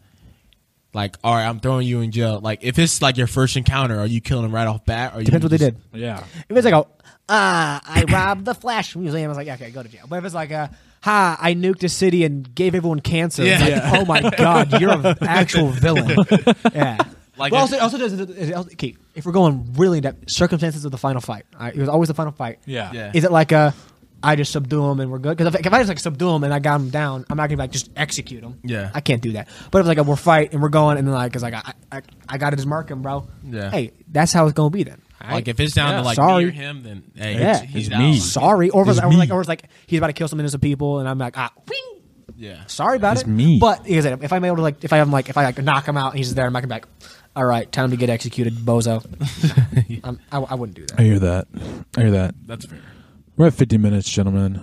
Speaker 5: like all right, I'm throwing you in jail. Like if it's like your first encounter, are you killing him right off bat? Or
Speaker 1: depends what they did.
Speaker 2: Yeah.
Speaker 1: If it's like a ah, I robbed the Flash Museum, I was like, yeah, okay, go to jail. But if it's like a ha, I nuked a city and gave everyone cancer, it's
Speaker 5: Yeah.
Speaker 1: like, oh my god, you're an actual villain. Yeah. Like
Speaker 5: Like
Speaker 1: well,
Speaker 5: a-
Speaker 1: also, also does it also- okay, if we're going really in depth, circumstances of the final fight. All right, it was always the final fight.
Speaker 2: Yeah.
Speaker 5: Yeah.
Speaker 1: Is it like a I just subdue him and we're good? Because if, if I just like subdue him and I got him down, I'm not gonna be like just execute him.
Speaker 5: Yeah.
Speaker 1: I can't do that. But if like a, we're fight and we're going and then like, cause like I, I I gotta just mark him, bro.
Speaker 5: Yeah.
Speaker 1: Hey, that's how it's gonna be then. all right?
Speaker 5: Like if it's down
Speaker 1: Yeah.
Speaker 5: to like
Speaker 1: Sorry.
Speaker 5: me or him, then hey,
Speaker 1: Yeah.
Speaker 5: he's, he's
Speaker 2: It's
Speaker 5: out.
Speaker 2: me.
Speaker 1: sorry, or if it's,
Speaker 2: It's
Speaker 1: or like
Speaker 2: me.
Speaker 1: or it's like he's about to kill some innocent people and I'm like ah. wing.
Speaker 5: Yeah.
Speaker 1: Sorry about
Speaker 2: It's
Speaker 1: it.
Speaker 2: me.
Speaker 1: But like I said, if I'm able to like, if I'm like, if I like knock him out, and he's there. I'm not gonna be like, all right, time to get executed, bozo. I'm, I, I wouldn't do that.
Speaker 2: I hear that. I hear that.
Speaker 5: That's fair.
Speaker 2: We're at 50 minutes, gentlemen.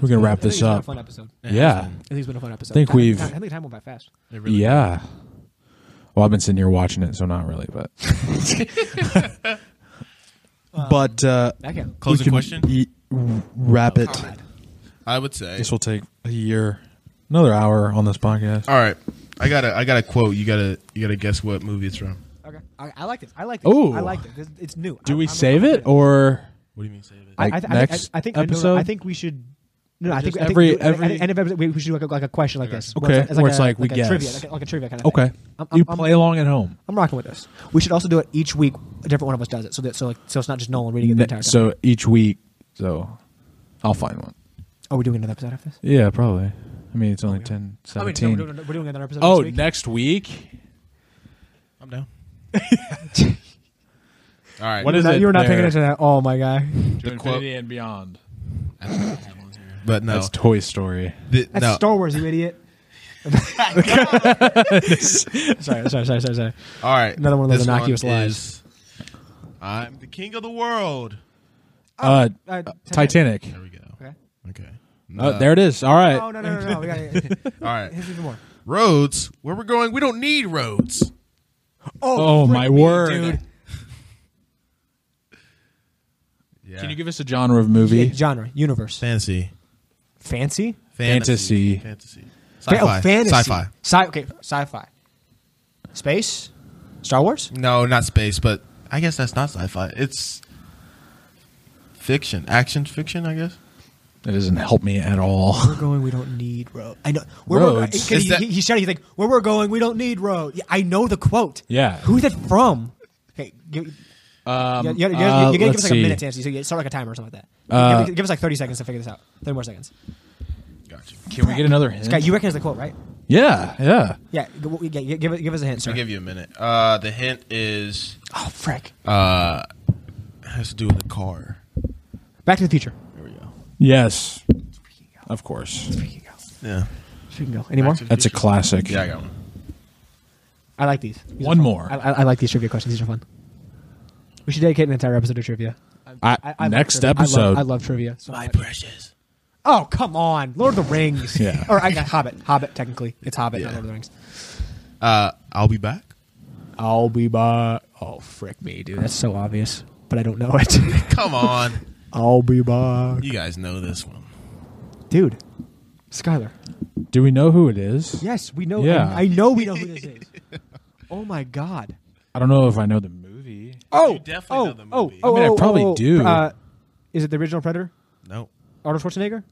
Speaker 2: We're gonna wrap
Speaker 1: I think
Speaker 2: this
Speaker 1: it's been a
Speaker 2: up.
Speaker 1: fun episode. I
Speaker 2: Yeah.
Speaker 1: think it's been a fun episode.
Speaker 2: Think
Speaker 1: Time-
Speaker 2: we've-
Speaker 1: time- I think time went by fast.
Speaker 5: It really-
Speaker 2: Yeah. Well, I've been sitting here watching it, so not really, but. but uh,
Speaker 1: I can.
Speaker 5: Closing
Speaker 2: we can
Speaker 5: question?
Speaker 2: e- wrap it.
Speaker 5: I would say.
Speaker 2: This will take a year, another hour on this podcast.
Speaker 5: All right. I got to I got to quote. You got to you got to guess what movie it's from.
Speaker 1: Okay. I, I like this. I like this.
Speaker 2: Ooh.
Speaker 1: I like this. This- It's new.
Speaker 2: Do
Speaker 1: I-
Speaker 2: we
Speaker 1: I'm-
Speaker 2: save it or
Speaker 5: What do you mean save it?
Speaker 1: I, I,
Speaker 2: like,
Speaker 1: I, think-
Speaker 2: next
Speaker 1: I, I think I know-
Speaker 2: episode?
Speaker 1: I think we should. No, no, I think
Speaker 2: Just
Speaker 1: I think
Speaker 2: every-
Speaker 1: we- I think
Speaker 2: every-
Speaker 1: end of episode we we should do like a, like a question like this.
Speaker 2: Okay. Where it's
Speaker 1: a-
Speaker 2: like we
Speaker 1: a
Speaker 2: guess.
Speaker 1: trivia, like a, like a trivia kind of thing.
Speaker 2: okay?
Speaker 1: I'm,
Speaker 2: you
Speaker 1: I'm, I'm,
Speaker 2: play along at home.
Speaker 1: I'm rocking with this. We should also do it each week. A different one of us does it, so that so like so it's not just Nolan reading it the entire time.
Speaker 2: So each week, so I'll find one.
Speaker 1: are we doing another episode after this?
Speaker 2: Yeah, probably. I mean, it's only 10,
Speaker 1: I mean,
Speaker 2: 17.
Speaker 1: no, we're, doing, we're doing another episode.
Speaker 2: oh,
Speaker 1: next week.
Speaker 2: next week?
Speaker 5: I'm down. All right.
Speaker 2: What
Speaker 1: You're
Speaker 2: is
Speaker 1: not-
Speaker 2: it
Speaker 1: you were not paying
Speaker 2: there?
Speaker 1: attention at all, my guy.
Speaker 2: To
Speaker 5: Infinity Oh.
Speaker 2: and Beyond.
Speaker 5: But no.
Speaker 2: That's Toy Story.
Speaker 5: Th-
Speaker 1: That's
Speaker 5: no.
Speaker 1: Star Wars, you idiot. sorry, sorry, sorry, sorry, sorry.
Speaker 5: All right.
Speaker 1: Another one of those
Speaker 5: This
Speaker 1: innocuous lies.
Speaker 5: is, I'm the king of the world.
Speaker 2: Uh,
Speaker 1: Uh,
Speaker 2: Titanic.
Speaker 5: There we go.
Speaker 1: Okay.
Speaker 5: Okay.
Speaker 2: Uh, there it is. All right.
Speaker 1: Oh no no no no! We gotta,
Speaker 5: All right.
Speaker 1: here's even more.
Speaker 5: Roads. Where we're going, we don't need roads.
Speaker 2: Oh, my word.
Speaker 5: Yeah.
Speaker 2: Can you give us a genre of movie?
Speaker 1: Yeah, genre, universe,
Speaker 5: fantasy?
Speaker 1: fancy,
Speaker 2: Fantasy.
Speaker 5: Fantasy.
Speaker 1: Fa- oh, fantasy,
Speaker 5: Sci-fi.
Speaker 1: sci okay, sci-fi, space, Star Wars.
Speaker 5: No, not space, but I guess that's not sci-fi. It's fiction, action fiction, I guess.
Speaker 2: That doesn't help me at all.
Speaker 1: Where we're going, we don't need road. I know where
Speaker 2: Roads.
Speaker 1: We're, 'cause
Speaker 5: Is
Speaker 1: he,
Speaker 5: that-
Speaker 1: he, he shouted, he's like, "Where we're going, we don't need road." Yeah, I know the quote.
Speaker 2: Yeah.
Speaker 1: who's that from? Okay, give,
Speaker 2: Um,
Speaker 1: you, you, you, you,
Speaker 2: uh,
Speaker 1: you gotta give
Speaker 2: let's
Speaker 1: us like a minute
Speaker 2: see.
Speaker 1: to answer. So you start like a timer or something like that.
Speaker 2: Uh,
Speaker 1: give, give us like thirty seconds to figure this out. Thirty more seconds.
Speaker 5: Gotcha.
Speaker 2: Can we get another hint?
Speaker 1: Scott, you recognize the quote, right?
Speaker 2: yeah, yeah.
Speaker 1: Yeah, g- w- yeah, give, it- give us a hint, sir.
Speaker 5: I'll give you a minute. Uh, the hint is
Speaker 1: oh, frick.
Speaker 5: uh, has to do with the car.
Speaker 1: Back to the future.
Speaker 5: There we go.
Speaker 2: Yes. Of course.
Speaker 1: We can go.
Speaker 5: Yeah.
Speaker 1: We can go. Any more?
Speaker 5: Back to the
Speaker 2: That's a
Speaker 5: future.
Speaker 2: classic.
Speaker 5: Yeah, I got one.
Speaker 1: I like these. These are
Speaker 2: One
Speaker 1: fun.
Speaker 2: more.
Speaker 1: I, I, I like these trivia questions. These are fun. We should dedicate an entire episode to trivia.
Speaker 2: I,
Speaker 1: I, I love
Speaker 2: next
Speaker 1: trivia.
Speaker 2: episode.
Speaker 1: I love, I love trivia. So much.
Speaker 5: precious.
Speaker 1: Oh, come on. Lord of the Rings.
Speaker 2: Yeah.
Speaker 1: Or I got Hobbit. Hobbit, technically. It's Hobbit,
Speaker 5: Yeah.
Speaker 1: not Lord of the Rings.
Speaker 5: Uh, I'll be back.
Speaker 1: I'll be back. Oh, frick me, dude. That's so obvious, but I don't know it.
Speaker 5: Come on,
Speaker 1: I'll be back.
Speaker 5: you guys know this one.
Speaker 1: Dude, Skylar.
Speaker 2: Do we know who it is?
Speaker 1: Yes, we know.
Speaker 2: Yeah.
Speaker 1: I, I know we know who this is. Oh, my God.
Speaker 2: I don't know if I know the movie.
Speaker 1: Oh,
Speaker 5: definitely
Speaker 1: oh,
Speaker 5: know the movie.
Speaker 1: oh,
Speaker 2: I mean, I
Speaker 1: oh,
Speaker 2: probably
Speaker 1: oh, oh,
Speaker 2: do.
Speaker 1: Uh, is it the original Predator?
Speaker 5: Nope.
Speaker 1: Arnold Schwarzenegger?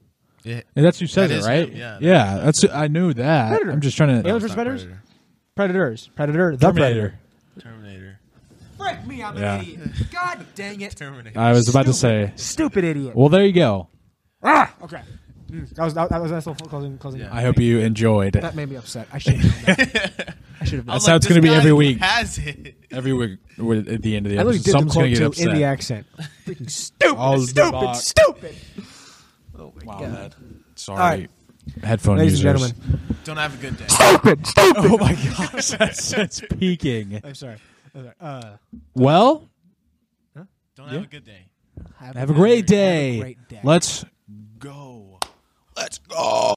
Speaker 5: Yeah.
Speaker 2: And that's who said
Speaker 5: That
Speaker 2: it,
Speaker 5: is
Speaker 2: right?
Speaker 5: him, yeah.
Speaker 2: yeah. That's I knew that.
Speaker 1: Predator.
Speaker 2: I'm just trying to.
Speaker 1: Aliens vs. Predators? Predators. Predator. The
Speaker 2: Terminator.
Speaker 5: Terminator.
Speaker 1: Frick me, I'm
Speaker 2: an Yeah.
Speaker 1: idiot. God dang it.
Speaker 5: Terminator.
Speaker 2: I was about to say.
Speaker 1: Stupid idiot.
Speaker 2: Well, there you go.
Speaker 1: Ah, okay. That was that, that was a nice little closing. closing
Speaker 5: Yeah.
Speaker 2: I hope you enjoyed.
Speaker 1: That made me upset. I should. have done that. I should have. done
Speaker 5: I'm
Speaker 2: That's how it's
Speaker 5: this
Speaker 2: gonna be
Speaker 5: guy
Speaker 2: every week.
Speaker 5: Has it.
Speaker 2: Every week with- at the end of the
Speaker 1: that. I literally
Speaker 2: episode,
Speaker 1: did
Speaker 2: someone's
Speaker 1: the
Speaker 2: going to
Speaker 1: quote
Speaker 2: get
Speaker 1: too in the
Speaker 2: upset.
Speaker 1: accent. Freaking stupid,
Speaker 2: All the
Speaker 1: stupid,
Speaker 2: box.
Speaker 1: stupid.
Speaker 2: Wow, that- sorry.
Speaker 1: All right.
Speaker 2: Headphone
Speaker 1: Ladies and
Speaker 2: users.
Speaker 1: gentlemen,
Speaker 5: Don't have a good day.
Speaker 1: stupid, stupid.
Speaker 2: Oh my gosh, that's, that's peaking.
Speaker 1: I'm sorry. I'm sorry. Uh,
Speaker 2: Well,
Speaker 5: Don't have a good day.
Speaker 2: have a great
Speaker 1: have a
Speaker 2: day.
Speaker 1: great day.
Speaker 2: Let's
Speaker 5: Go.
Speaker 2: let's go.